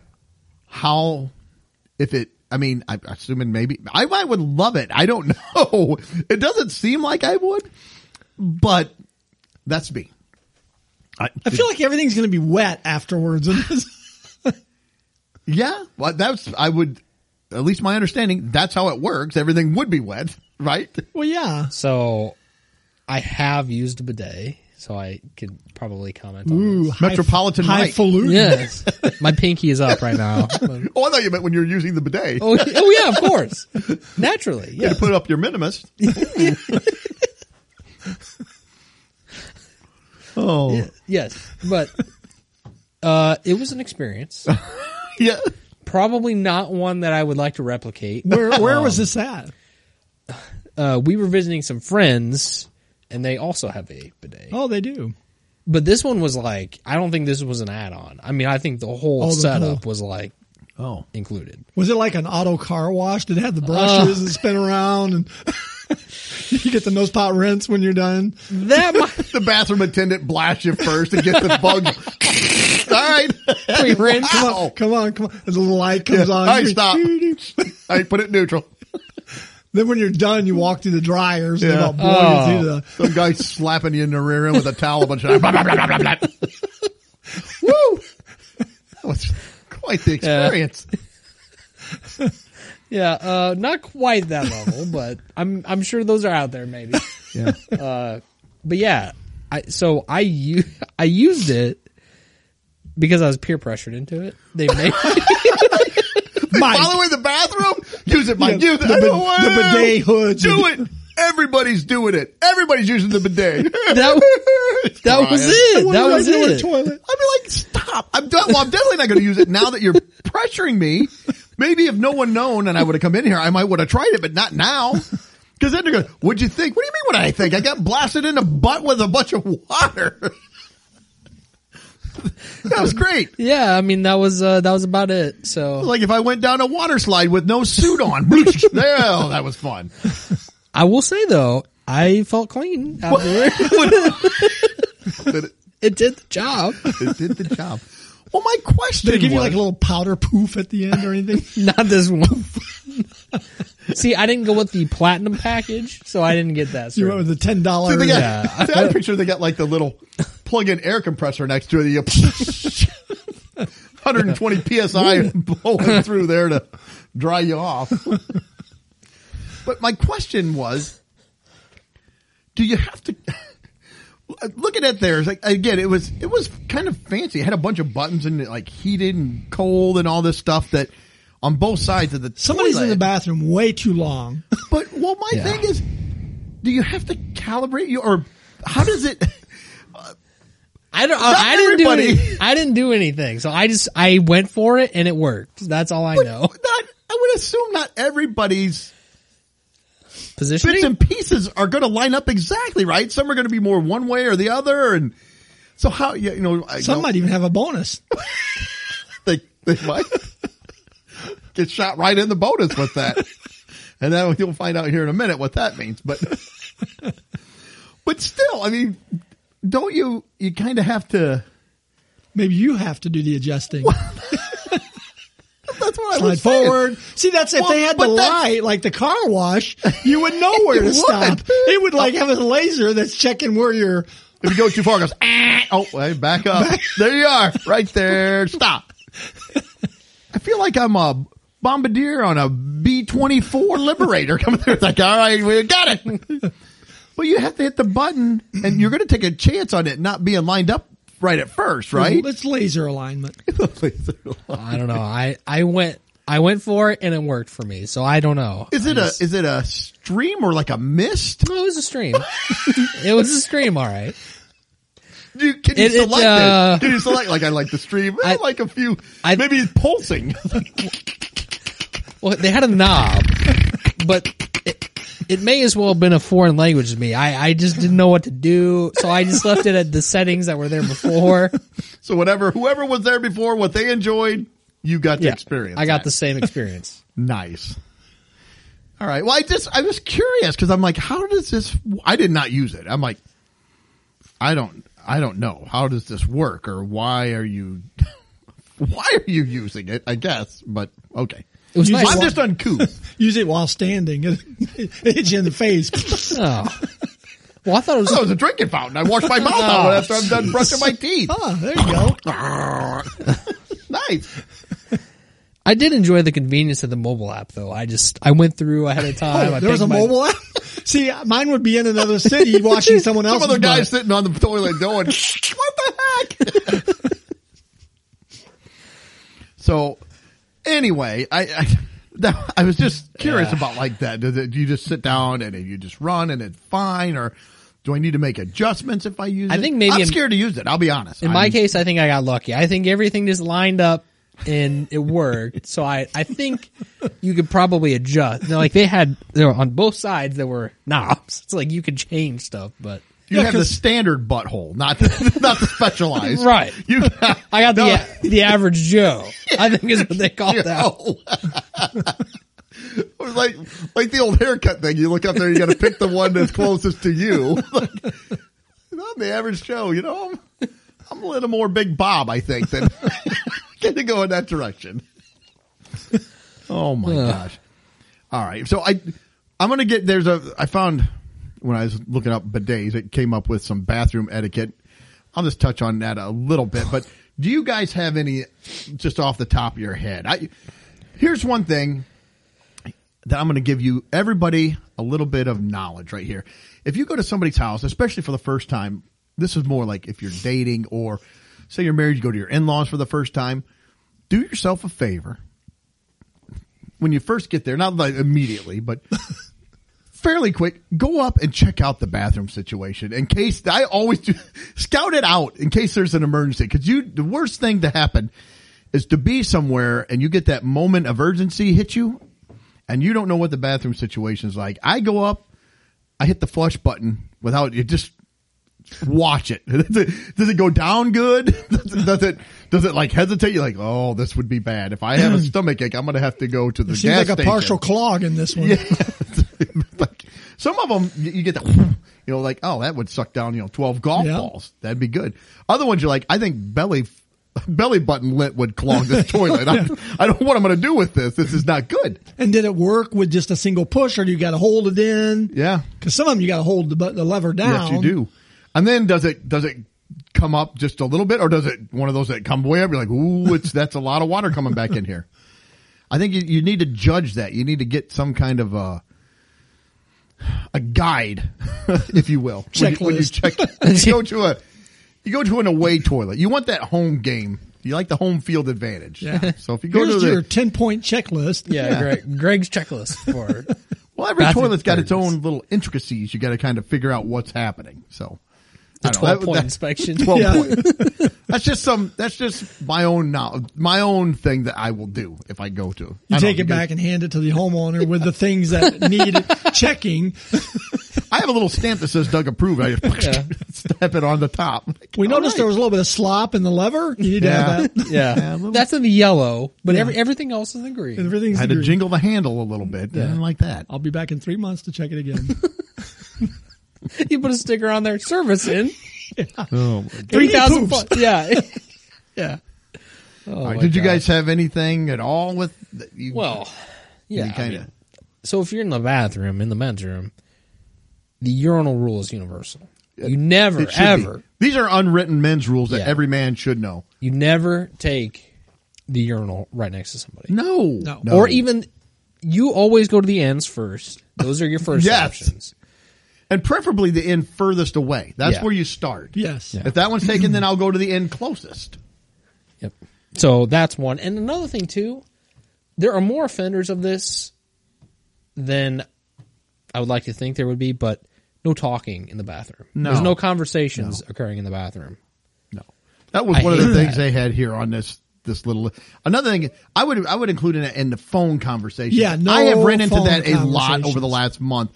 [SPEAKER 1] how, if it, I mean, I'm assuming maybe I might would love it. I don't know. It doesn't seem like I would, but that's me. I,
[SPEAKER 2] I feel like everything's going to be wet afterwards. in this.
[SPEAKER 1] yeah, well, that's I would at least my understanding. That's how it works. Everything would be wet, right?
[SPEAKER 2] well, yeah.
[SPEAKER 3] So I have used a bidet, so I could probably comment on
[SPEAKER 2] Ooh,
[SPEAKER 3] this.
[SPEAKER 2] high-
[SPEAKER 1] Metropolitan Mike.
[SPEAKER 2] highfalutin.
[SPEAKER 3] Yes. My pinky is up right now.
[SPEAKER 1] Oh, I thought you meant when you're using the bidet.
[SPEAKER 3] Oh, yeah- oh yeah, of course. Naturally.
[SPEAKER 1] You
[SPEAKER 3] Yeah.
[SPEAKER 1] had to put up your minimus. oh
[SPEAKER 3] Yes. But uh it was an experience.
[SPEAKER 1] yeah.
[SPEAKER 3] Probably not one that I would like to replicate.
[SPEAKER 2] Where where
[SPEAKER 1] Um,
[SPEAKER 2] was this at?
[SPEAKER 3] Uh we were visiting some friends and they also have a bidet.
[SPEAKER 2] Oh, they do.
[SPEAKER 3] But this one was like I don't think this was an add on. I mean I think the whole
[SPEAKER 2] Oh, the
[SPEAKER 3] setup was like
[SPEAKER 1] Oh,
[SPEAKER 3] included.
[SPEAKER 2] Was it like an auto car wash? Did it have the brushes that spin around and you get the nose pot rinse when you're done?
[SPEAKER 3] That might
[SPEAKER 1] the bathroom attendant blasts you first and get the bug. All right.
[SPEAKER 2] Hey, Ren, come
[SPEAKER 1] Wow.
[SPEAKER 2] on, come on, come on. And the light comes on.
[SPEAKER 1] I stop. I put it neutral.
[SPEAKER 2] Then when you're done, you walk through the dryers and
[SPEAKER 1] Yeah.
[SPEAKER 2] about blow
[SPEAKER 3] Oh.
[SPEAKER 2] you through the.
[SPEAKER 1] Some guy slapping you in the rear end with a towel a bunch of times. Blah, blah, blah, blah, blah, blah. Woo! That was quite the experience.
[SPEAKER 3] Yeah, uh, not quite that level, but I'm I'm sure those are out there maybe.
[SPEAKER 1] Yeah.
[SPEAKER 3] But yeah, I so I u- I used it because I was peer pressured into it. They made
[SPEAKER 2] Mike,
[SPEAKER 1] Following the bathroom? Use it, Mike.
[SPEAKER 2] Yeah,
[SPEAKER 1] Use it.
[SPEAKER 2] the
[SPEAKER 1] I
[SPEAKER 2] bi-
[SPEAKER 1] don't want
[SPEAKER 2] the
[SPEAKER 1] to.
[SPEAKER 2] bidet hoods.
[SPEAKER 1] Do it. Everybody's doing it. Everybody's using the bidet.
[SPEAKER 3] that that was
[SPEAKER 1] Brian.
[SPEAKER 3] it.
[SPEAKER 2] what
[SPEAKER 3] That
[SPEAKER 2] did I
[SPEAKER 3] was
[SPEAKER 2] do in the
[SPEAKER 3] it.
[SPEAKER 2] Toilet.
[SPEAKER 1] I'd be like, stop. I'm done. Well, I'm definitely not going to use it now that you're pressuring me. Maybe if no one known and I would have come in here, I might would have tried it, but not now. Because then they're going, what'd you think? What do you mean what I think? I got blasted in the butt with a bunch of water. That was great.
[SPEAKER 3] yeah, I mean that was uh, that was about it. So
[SPEAKER 1] Like if I went down a water slide with no suit on. Well, that was fun.
[SPEAKER 3] I will say though, I felt clean. afterward.
[SPEAKER 1] But it,
[SPEAKER 3] it did the job.
[SPEAKER 1] it did the job. Well, my question
[SPEAKER 2] Did it give you
[SPEAKER 1] was-
[SPEAKER 2] like a little powder poof at the end or anything?
[SPEAKER 3] Not this one. See, I didn't go with the platinum package, so I didn't get that.
[SPEAKER 2] you went with the ten
[SPEAKER 1] See,
[SPEAKER 2] dollars.
[SPEAKER 1] they got, See, I picture they got like the little plug-in air compressor next to it. You 120 psi blowing through there to dry you off. but my question was, do you have to? Looking at theirs, like again, it was it was kind of fancy. It had a bunch of buttons and like heated and cold and all this stuff that on both sides of the
[SPEAKER 2] Somebody's in
[SPEAKER 1] toilet.
[SPEAKER 2] the bathroom way too long.
[SPEAKER 1] But well, my
[SPEAKER 3] Yeah.
[SPEAKER 1] thing is, do you have to calibrate you or how does it?
[SPEAKER 3] I don't. I didn't do.
[SPEAKER 1] everybody.
[SPEAKER 3] Any, I didn't do anything. So I just I went for it and it worked. That's all I know.
[SPEAKER 1] Not, I would assume not everybody's bits
[SPEAKER 3] Positioning.
[SPEAKER 1] and pieces are going to line up exactly right. Some are going to be more one way or the other, and so how you you know I
[SPEAKER 2] Some
[SPEAKER 1] know
[SPEAKER 2] might even have a bonus.
[SPEAKER 1] they they might get shot right in the bonus with that, and then you'll find out here in a minute what that means. But but still, I mean, don't you you kind of have to?
[SPEAKER 2] Maybe you have to do the adjusting.
[SPEAKER 1] That's what I
[SPEAKER 2] Slide
[SPEAKER 1] was saying.
[SPEAKER 2] forward. See, that's if
[SPEAKER 1] Well,
[SPEAKER 2] they had the
[SPEAKER 1] but that's-
[SPEAKER 2] light, like the car wash, you would know where to
[SPEAKER 1] would.
[SPEAKER 2] stop. It would like have a laser that's checking where you're.
[SPEAKER 1] If you go too far, it goes, ah, oh, hey, back up. There you are, right there. Stop. I feel like I'm a bombardier on a B 24 Liberator coming through. It's like, all right, we got it. But you have to hit the button and you're going to take a chance on it not being lined up right at first, right?
[SPEAKER 2] It's laser alignment.
[SPEAKER 3] I don't know. I I went. I went for it and it worked for me. So I don't know.
[SPEAKER 1] Is it a, is it a stream or like a mist?
[SPEAKER 3] Well, it was a stream. it was a stream. All right.
[SPEAKER 1] Do you, can you
[SPEAKER 3] It- it,
[SPEAKER 1] select it?
[SPEAKER 3] uh,
[SPEAKER 1] Can you select, like, I like the stream. I,
[SPEAKER 3] I-
[SPEAKER 1] like a few,
[SPEAKER 3] I-
[SPEAKER 1] maybe it's pulsing.
[SPEAKER 3] Well, they had a knob, but it, it may as well have been a foreign language to me. I, I just didn't know what to do, so I just left it at the settings that were there before.
[SPEAKER 1] So whatever, whoever was there before, what they enjoyed, you got to
[SPEAKER 3] Yeah,
[SPEAKER 1] experience.
[SPEAKER 3] I got
[SPEAKER 1] that.
[SPEAKER 3] the same experience.
[SPEAKER 1] nice. All right. Well, I just I was curious because I'm like, how does this? I did not use it. I'm like, I don't, I don't know. How does this work, or why are you, why are you using it? I guess, but okay.
[SPEAKER 3] It was
[SPEAKER 2] You
[SPEAKER 3] nice.
[SPEAKER 1] I'm just uncouth.
[SPEAKER 2] Use it while standing. It hits you in the face.
[SPEAKER 3] Oh. Well, I thought it was.
[SPEAKER 1] I was a drinking fountain. I wash my mouth out after I'm done brushing my teeth.
[SPEAKER 2] Ah, there you go.
[SPEAKER 1] Nice.
[SPEAKER 3] I did enjoy the convenience of the mobile app, though. I just I went through ahead of time. I
[SPEAKER 2] Oh, there was a
[SPEAKER 3] picked my-
[SPEAKER 2] mobile app. See, mine would be in another city watching someone
[SPEAKER 1] Some
[SPEAKER 2] else.
[SPEAKER 1] other guy sitting on the toilet going, "What the heck?" so, anyway, I I, that, I was just curious
[SPEAKER 3] Yeah.
[SPEAKER 1] about like that. Does it, do you just sit down and you just run and it's fine, or do I need to make adjustments if I use it?
[SPEAKER 3] I think maybe
[SPEAKER 1] I'm
[SPEAKER 3] in-
[SPEAKER 1] scared to use it. I'll be honest.
[SPEAKER 3] In my
[SPEAKER 1] I'm-
[SPEAKER 3] case, I think I got lucky. I think everything just lined up and it worked. so I, I think you could probably adjust. Now, like they had there on both sides there were knobs. It's like you could change stuff, but
[SPEAKER 1] you
[SPEAKER 2] Yeah,
[SPEAKER 1] have the
[SPEAKER 2] 'cause-
[SPEAKER 1] standard butthole, not the, not the specialized.
[SPEAKER 3] Right.
[SPEAKER 1] You got,
[SPEAKER 3] I got
[SPEAKER 1] No.
[SPEAKER 3] the the average Joe. I think is what they call that.
[SPEAKER 1] Oh. Or like like the old haircut thing. You look up there, you got to pick the one that's closest to you. Like, I'm the average Joe. You know, I'm, I'm a little more Big Bob, I think, than going to go in that direction. Oh my
[SPEAKER 3] Ugh.
[SPEAKER 1] gosh! All right, so I I'm gonna get there's a I found when I was looking up bidets, it came up with some bathroom etiquette. I'll just touch on that a little bit, but do you guys have any just off the top of your head? I here's one thing that I'm going to give you everybody a little bit of knowledge right here. If you go to somebody's house, especially for the first time, this is more like if you're dating or say you're married, you go to your in-laws for the first time, do yourself a favor. When you first get there, not like immediately, but fairly quick, go up and check out the bathroom situation in case I always do scout it out in case there's an emergency. Cause you, the worst thing to happen is to be somewhere and you get that moment of urgency hit you and you don't know what the bathroom situation is like. I go up, I hit the flush button without it just watch it. Does it, does it go down good? Does it, does it does it, like hesitate? You're like, oh, this would be bad. If I have a stomach ache, I'm gonna have to go to the
[SPEAKER 2] It seems
[SPEAKER 1] gas
[SPEAKER 2] like a
[SPEAKER 1] station.
[SPEAKER 2] partial clog in this one.
[SPEAKER 1] Yeah. like, some of them you you get the you know like oh that would suck down you know 12 golf
[SPEAKER 2] Yeah.
[SPEAKER 1] balls that'd be good other ones you're like i think belly belly button lint would clog this toilet I, I don't know what i'm gonna do with this this is not good
[SPEAKER 2] And did it work with just a single push, or do you got to hold it in?
[SPEAKER 1] yeah
[SPEAKER 2] Because some of them you got to hold the, but- the lever
[SPEAKER 1] yes
[SPEAKER 2] down.
[SPEAKER 1] you do and then does it does it come up just a little bit or does it one of those that come way up you're like ooh it's that's a lot of water coming back in here i think you, you need to judge that you need to get some kind of uh a guide, if you will. When you- When you, check, you go to a, you go to an away toilet. You want that home game. You like the home field advantage.
[SPEAKER 2] Yeah.
[SPEAKER 1] So if you go to
[SPEAKER 2] Here's
[SPEAKER 1] the,
[SPEAKER 2] your ten point checklist.
[SPEAKER 3] Yeah, Greg, Greg's checklist for
[SPEAKER 1] well, every
[SPEAKER 3] bathroom
[SPEAKER 1] toilet's got its
[SPEAKER 3] purposes.
[SPEAKER 1] own little intricacies. You got to kind of figure out what's happening. So
[SPEAKER 3] the
[SPEAKER 1] I don't know. That-
[SPEAKER 3] twelve point
[SPEAKER 1] that-
[SPEAKER 3] inspection.
[SPEAKER 1] 12
[SPEAKER 2] Yeah.
[SPEAKER 1] point. That's just some, that's just my own now, my own thing that I will do if I go to.
[SPEAKER 2] You
[SPEAKER 1] I don't
[SPEAKER 2] take
[SPEAKER 1] know,
[SPEAKER 2] it
[SPEAKER 1] guys-
[SPEAKER 2] back and hand it to the homeowner with the things that need checking.
[SPEAKER 1] I have a little stamp that says Doug approved. I just
[SPEAKER 3] Yeah.
[SPEAKER 1] stamp it on the top.
[SPEAKER 2] We noticed there was a little bit of slop in the lever. You need to
[SPEAKER 1] Yeah.
[SPEAKER 2] have that.
[SPEAKER 3] Yeah,
[SPEAKER 1] Yeah, a little-
[SPEAKER 3] that's in the yellow, but
[SPEAKER 2] Yeah.
[SPEAKER 3] every, everything else is in green.
[SPEAKER 2] Everything's
[SPEAKER 1] I had to
[SPEAKER 2] agreed.
[SPEAKER 1] jingle the handle a little bit. I didn't like that.
[SPEAKER 2] I'll be back in three months to check it again.
[SPEAKER 3] You put a sticker on there, service in
[SPEAKER 1] Oh,
[SPEAKER 3] three thousand.
[SPEAKER 2] poops.
[SPEAKER 3] Yeah, yeah. Oh my
[SPEAKER 1] Did you
[SPEAKER 3] God.
[SPEAKER 1] guys have anything at all with that you?
[SPEAKER 3] Well, yeah.
[SPEAKER 1] you
[SPEAKER 3] I
[SPEAKER 1] kinda-
[SPEAKER 3] mean, so if you're in the bathroom, in the men's room, the urinal rule is universal. You never,
[SPEAKER 1] it should
[SPEAKER 3] ever,
[SPEAKER 1] be. These are unwritten men's rules that
[SPEAKER 3] Yeah.
[SPEAKER 1] every man should know.
[SPEAKER 3] you never take the urinal right next to somebody,
[SPEAKER 1] No,
[SPEAKER 2] No.
[SPEAKER 3] or even you always go to the ends first. Those are your first
[SPEAKER 1] Yes.
[SPEAKER 3] options.
[SPEAKER 1] and preferably the end furthest away. That's
[SPEAKER 3] Yeah.
[SPEAKER 1] where you start.
[SPEAKER 2] Yes. Yeah.
[SPEAKER 1] If that one's taken, then I'll go to the end closest.
[SPEAKER 3] Yep. So that's one. And another thing too, there are more offenders of this than I would like to think there would be, but no talking in the bathroom.
[SPEAKER 1] No.
[SPEAKER 3] There's no conversations occurring in the bathroom.
[SPEAKER 1] No, that was
[SPEAKER 3] I
[SPEAKER 1] one of the
[SPEAKER 3] hate
[SPEAKER 1] things
[SPEAKER 3] that.
[SPEAKER 1] they had here on this this little. Another thing I would I would include in it in the phone conversation.
[SPEAKER 2] Yeah, no
[SPEAKER 1] I have ran into
[SPEAKER 2] phone
[SPEAKER 1] that a lot over the
[SPEAKER 2] conversations.
[SPEAKER 1] last month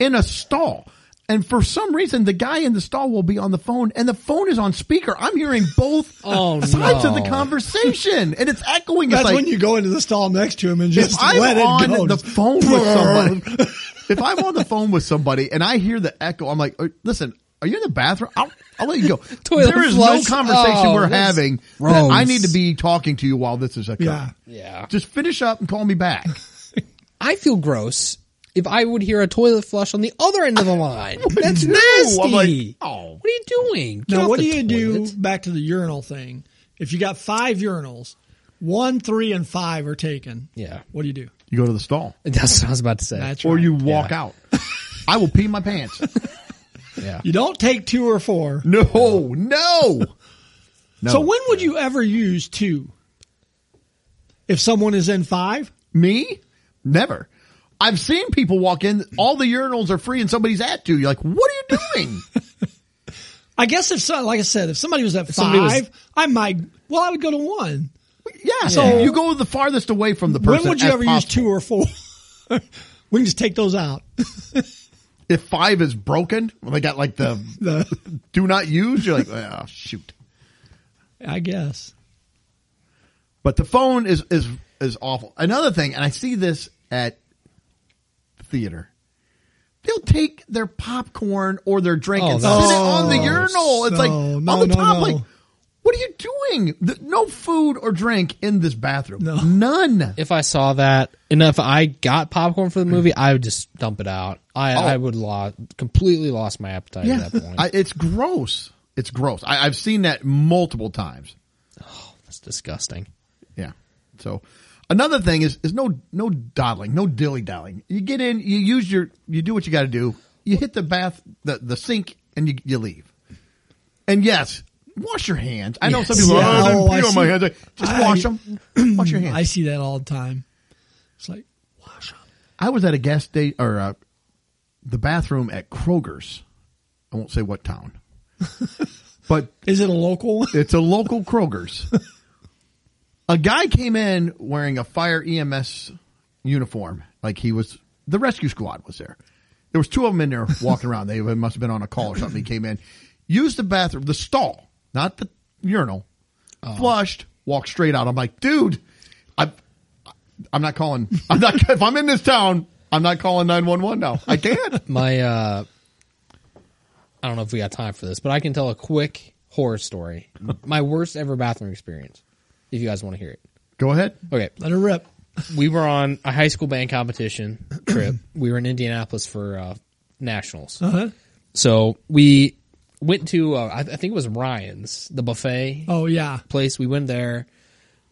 [SPEAKER 1] in a stall. And for some reason, the guy in the stall will be on the phone, and the phone is on speaker. I'm hearing both
[SPEAKER 3] Oh,
[SPEAKER 1] sides of the
[SPEAKER 3] no.
[SPEAKER 1] conversation, and it's echoing.
[SPEAKER 2] That's
[SPEAKER 1] it's like,
[SPEAKER 2] when you go into the stall next to him and
[SPEAKER 1] if
[SPEAKER 2] just
[SPEAKER 1] I'm
[SPEAKER 2] let it
[SPEAKER 1] on
[SPEAKER 2] go.
[SPEAKER 1] the
[SPEAKER 2] Just-
[SPEAKER 1] phone with somebody, if I'm on the phone with somebody and I hear the echo, I'm like, "Uh, listen, are you in the bathroom? I'll, I'll let you go.
[SPEAKER 3] Toilet
[SPEAKER 1] there is
[SPEAKER 3] flush.
[SPEAKER 1] no conversation
[SPEAKER 3] Oh,
[SPEAKER 1] we're
[SPEAKER 3] that's
[SPEAKER 1] having.
[SPEAKER 3] gross.
[SPEAKER 1] that I need to be talking to you while this is occurring.
[SPEAKER 2] Yeah.
[SPEAKER 3] Yeah.
[SPEAKER 1] Just finish up and call me back.
[SPEAKER 3] I feel gross if I would hear a toilet flush on the other end of the line. That's
[SPEAKER 1] No,
[SPEAKER 3] nasty.
[SPEAKER 1] I'm like, oh,
[SPEAKER 3] what are you doing? Get
[SPEAKER 2] Now,
[SPEAKER 3] off
[SPEAKER 2] what do
[SPEAKER 3] the
[SPEAKER 2] you do
[SPEAKER 3] toilet.
[SPEAKER 2] back to the urinal thing? If you got five urinals, one, three, and five are taken.
[SPEAKER 3] Yeah.
[SPEAKER 2] What do you do?
[SPEAKER 1] you go to the stall
[SPEAKER 3] That's what I was about to say.
[SPEAKER 2] That's
[SPEAKER 1] or
[SPEAKER 2] right.
[SPEAKER 1] you walk out. I will pee my pants.
[SPEAKER 3] yeah.
[SPEAKER 2] You don't take two or four.
[SPEAKER 1] No, no. no.
[SPEAKER 2] So when would you ever use two? If someone is in five?
[SPEAKER 1] Me? Never. I've seen people walk in. All the urinals are free, and somebody's at two. You're like, what are you doing?
[SPEAKER 2] I guess if so, like I said, if somebody was at
[SPEAKER 3] somebody was-
[SPEAKER 2] five, I might. Well, I would go to one.
[SPEAKER 1] Yeah,
[SPEAKER 2] So-
[SPEAKER 1] so you go the farthest away from the person.
[SPEAKER 2] When would you
[SPEAKER 1] as
[SPEAKER 2] ever use
[SPEAKER 1] possible.
[SPEAKER 2] two or four? we can just take those out.
[SPEAKER 1] If five is broken, when they got like the
[SPEAKER 2] The-
[SPEAKER 1] do not use, you're like, oh shoot.
[SPEAKER 2] I guess.
[SPEAKER 1] But the phone is is is awful. Another thing, and I see this at theater. They'll take their popcorn or their drink
[SPEAKER 3] Oh,
[SPEAKER 1] and sit
[SPEAKER 3] that's-
[SPEAKER 1] it on the
[SPEAKER 2] Oh,
[SPEAKER 1] urinal. It's like
[SPEAKER 2] no,
[SPEAKER 1] on
[SPEAKER 2] no,
[SPEAKER 1] the
[SPEAKER 2] no,
[SPEAKER 1] top.
[SPEAKER 2] no.
[SPEAKER 1] Like, what are you doing? Th- No food or drink in this bathroom.
[SPEAKER 2] No.
[SPEAKER 1] None.
[SPEAKER 3] if I saw that and if I got popcorn for the movie, I would just dump it out. I,
[SPEAKER 2] Oh.
[SPEAKER 3] I would lo- completely lost my appetite
[SPEAKER 1] Yeah,
[SPEAKER 3] at that point.
[SPEAKER 1] I, it's gross. It's gross. I, I've seen that multiple times.
[SPEAKER 3] That's disgusting.
[SPEAKER 1] Yeah. So another thing is is no no dawdling, no dilly dallying. You get in, you use your, you do what you got to do. You hit the bath, the the sink, and you you leave. And yes, wash your hands. I know some
[SPEAKER 3] Yes.
[SPEAKER 1] people
[SPEAKER 2] Yeah.
[SPEAKER 1] are
[SPEAKER 2] Oh,
[SPEAKER 1] oh,
[SPEAKER 2] I
[SPEAKER 1] I pee on my
[SPEAKER 2] see.
[SPEAKER 1] hands. Like, Just
[SPEAKER 2] I-
[SPEAKER 1] wash them. wash your hands.
[SPEAKER 2] I see that all the time. It's like wash 'em.
[SPEAKER 1] I was at a gas station or uh, the bathroom at Kroger's. I won't say what town, but
[SPEAKER 2] Is it a local one?
[SPEAKER 1] It's a local Kroger's. a guy came in wearing a fire EMS uniform, like he was the rescue squad was there. There was two of them in there walking around. They must have been on a call or something. He came in. used the bathroom, the stall, not the urinal,
[SPEAKER 3] Oh.
[SPEAKER 1] flushed, walked straight out. I'm like, dude, I, I'm not calling. I'm not. if I'm in this town, I'm not calling 911 now. I can't.
[SPEAKER 3] my uh I don't know if we got time for this, but I can tell a quick horror story. my worst ever bathroom experience. If you guys want to hear it.
[SPEAKER 1] Go ahead.
[SPEAKER 3] Okay.
[SPEAKER 2] Let her rip.
[SPEAKER 3] We were on a high school band competition trip. we were in Indianapolis for uh nationals.
[SPEAKER 2] Uh
[SPEAKER 1] Uh-huh.
[SPEAKER 2] huh.
[SPEAKER 3] So we went to uh, I, I think it was Ryan's, the buffet
[SPEAKER 2] Oh yeah.
[SPEAKER 3] place. We went there.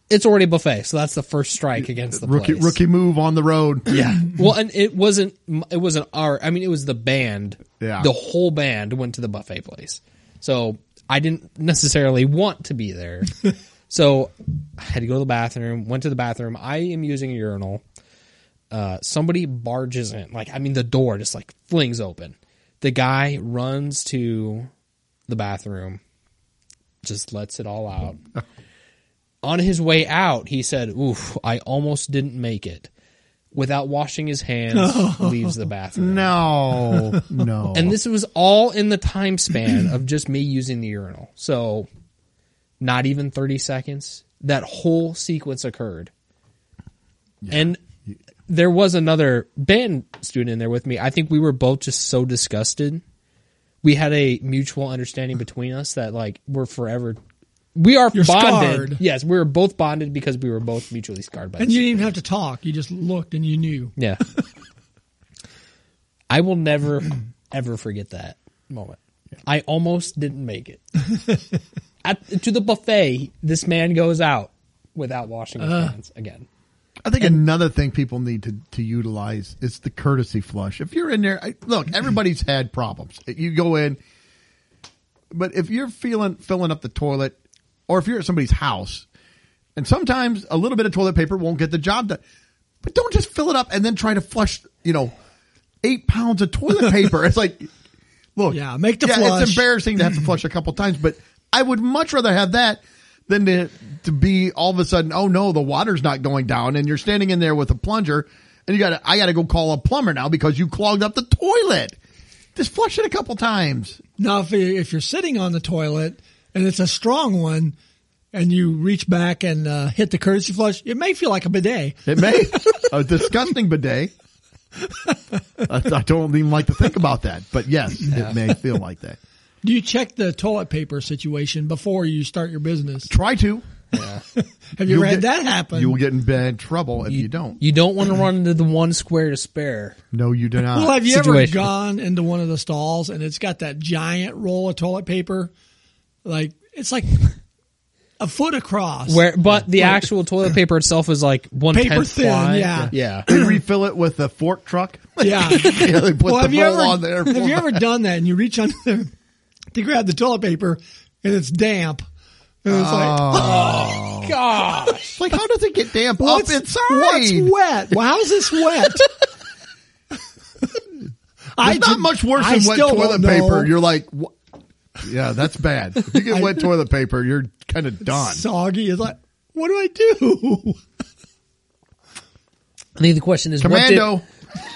[SPEAKER 3] It's already a buffet, so that's the first strike against the
[SPEAKER 1] Rookie
[SPEAKER 3] place.
[SPEAKER 1] rookie move on the road.
[SPEAKER 3] Yeah. Well, and it wasn't it wasn't our. I mean, it was the band.
[SPEAKER 1] Yeah.
[SPEAKER 3] The whole band went to the buffet place, so I didn't necessarily want to be there. so I had to go to the bathroom. Went to the bathroom. I am using a urinal. Uh, somebody barges in. Like I mean, the door just like flings open. The guy runs to the bathroom, just lets it all out. On his way out, he said, "Oof, I almost didn't make it." Without washing his hands, leaves the bathroom.
[SPEAKER 1] No, no.
[SPEAKER 3] And this was all in the time span of just me using the urinal. So, not even 30 seconds. That whole sequence occurred. And there was another band student in there with me. I think we were both just so disgusted. We had a mutual understanding between us that, like, we're forever. We are
[SPEAKER 2] You're
[SPEAKER 3] bonded.
[SPEAKER 2] scarred.
[SPEAKER 3] Yes, we were both bonded because we were both mutually scarred by
[SPEAKER 2] And
[SPEAKER 3] this.
[SPEAKER 2] you didn't even have to talk. You just looked and you knew.
[SPEAKER 3] Yeah. I will never ever forget that moment. I almost didn't make it. At, to the buffet, this man goes out without washing his hands again.
[SPEAKER 1] I think another thing people need to, to utilize is the courtesy flush. If you're in there, I, look, everybody's had problems. You go in, but if you're feeling filling up the toilet, or if you're at somebody's house, and sometimes a little bit of toilet paper won't get the job done, but don't just fill it up and then try to flush. You know, eight pounds of toilet paper. It's like, look,
[SPEAKER 2] Yeah, make the
[SPEAKER 1] yeah, It's
[SPEAKER 2] flush.
[SPEAKER 1] embarrassing to have to flush a couple times, but I would much rather have that than to to be all of a sudden, oh no, the water's not going down, and you're standing in there with a plunger, and you got to I got to go call a plumber now because you clogged up the toilet. Just flush it a couple times.
[SPEAKER 2] Now, if you if you're sitting on the toilet and it's a strong one, and you reach back and uh, hit the courtesy flush, it may feel like a bidet.
[SPEAKER 1] It may a disgusting bidet. I, I don't even like to think about that, but yes, it may feel like that.
[SPEAKER 2] Do you check the toilet paper situation before you start your business?
[SPEAKER 1] Try to.
[SPEAKER 2] Have you
[SPEAKER 1] You'll
[SPEAKER 2] ever had
[SPEAKER 1] get-
[SPEAKER 2] that happen?
[SPEAKER 1] You will get in bad trouble if you, don't.
[SPEAKER 3] You don't want to run into the one square to spare.
[SPEAKER 1] no, you do not.
[SPEAKER 2] well, have you
[SPEAKER 3] situation.
[SPEAKER 2] ever gone into one of the stalls and it's got that giant roll of toilet paper, like it's like a foot across.
[SPEAKER 3] Where, but the actual toilet paper itself is like one
[SPEAKER 2] Paper
[SPEAKER 3] tenth
[SPEAKER 2] thin,
[SPEAKER 3] ply.
[SPEAKER 2] yeah.
[SPEAKER 3] yeah.
[SPEAKER 1] they refill it with a fork truck.
[SPEAKER 2] Yeah.
[SPEAKER 1] yeah, they put
[SPEAKER 2] well, have
[SPEAKER 1] the
[SPEAKER 2] you
[SPEAKER 1] roll
[SPEAKER 2] ever
[SPEAKER 1] on there.
[SPEAKER 2] have you ever done that and you reach under there to grab the toilet paper and it's damp? And it's like Oh,
[SPEAKER 3] Gosh.
[SPEAKER 1] Like, how does it get damp
[SPEAKER 2] what's,
[SPEAKER 1] up Oh. inside?
[SPEAKER 2] what's wet? Well, how is this wet? I
[SPEAKER 1] It's not
[SPEAKER 2] did-
[SPEAKER 1] much worse
[SPEAKER 2] I
[SPEAKER 1] than wet
[SPEAKER 2] still
[SPEAKER 1] toilet
[SPEAKER 2] don't know.
[SPEAKER 1] paper. You're like, wha- yeah, that's bad. If you get wet toilet paper, you're kind of done.
[SPEAKER 2] soggy. It's like, what do I do?
[SPEAKER 3] I think the question is,
[SPEAKER 1] Commando,
[SPEAKER 3] what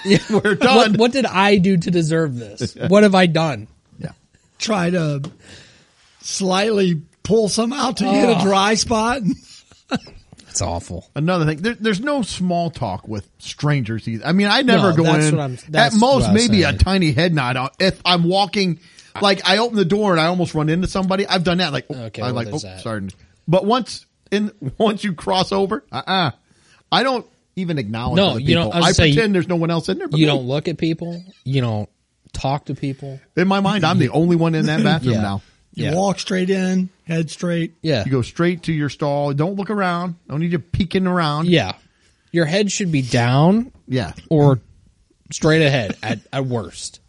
[SPEAKER 3] did,
[SPEAKER 1] we're
[SPEAKER 3] what-
[SPEAKER 1] done.
[SPEAKER 3] what did I do to deserve this? What have I done?
[SPEAKER 1] Yeah.
[SPEAKER 2] Try to slightly pull some out to hit a
[SPEAKER 1] Oh.
[SPEAKER 2] dry spot.
[SPEAKER 3] It's awful.
[SPEAKER 1] Another thing, there, there's no small talk with strangers either. I mean, I never
[SPEAKER 3] No,
[SPEAKER 1] go
[SPEAKER 3] that's
[SPEAKER 1] in.
[SPEAKER 3] what I'm- that's
[SPEAKER 1] at
[SPEAKER 3] what
[SPEAKER 1] most,
[SPEAKER 3] I'm
[SPEAKER 1] maybe
[SPEAKER 3] saying.
[SPEAKER 1] a tiny head nod. I'll- If I'm walking, like I open the door and I almost run into somebody, I've done that. Like, oh,
[SPEAKER 3] Okay,
[SPEAKER 1] I'm
[SPEAKER 3] well,
[SPEAKER 1] like, oh,
[SPEAKER 3] there's that.
[SPEAKER 1] sorry. But once in, once you cross over, uh, uh I don't even acknowledge.
[SPEAKER 3] No,
[SPEAKER 1] other
[SPEAKER 3] you don't-
[SPEAKER 1] people.
[SPEAKER 3] I was
[SPEAKER 1] I
[SPEAKER 3] gonna say,
[SPEAKER 1] pretend there's no one else in there. But
[SPEAKER 3] You
[SPEAKER 1] me.
[SPEAKER 3] don't look at people. You don't talk to people.
[SPEAKER 1] In my mind, I'm the only one in that bathroom
[SPEAKER 3] Yeah.
[SPEAKER 1] now.
[SPEAKER 2] You
[SPEAKER 3] Yeah.
[SPEAKER 2] walk straight in, head straight.
[SPEAKER 3] Yeah.
[SPEAKER 1] You go straight to your stall. Don't look around. Don't need you peeking around.
[SPEAKER 3] yeah. Your head should be down
[SPEAKER 1] Yeah.
[SPEAKER 3] or straight ahead at, at worst.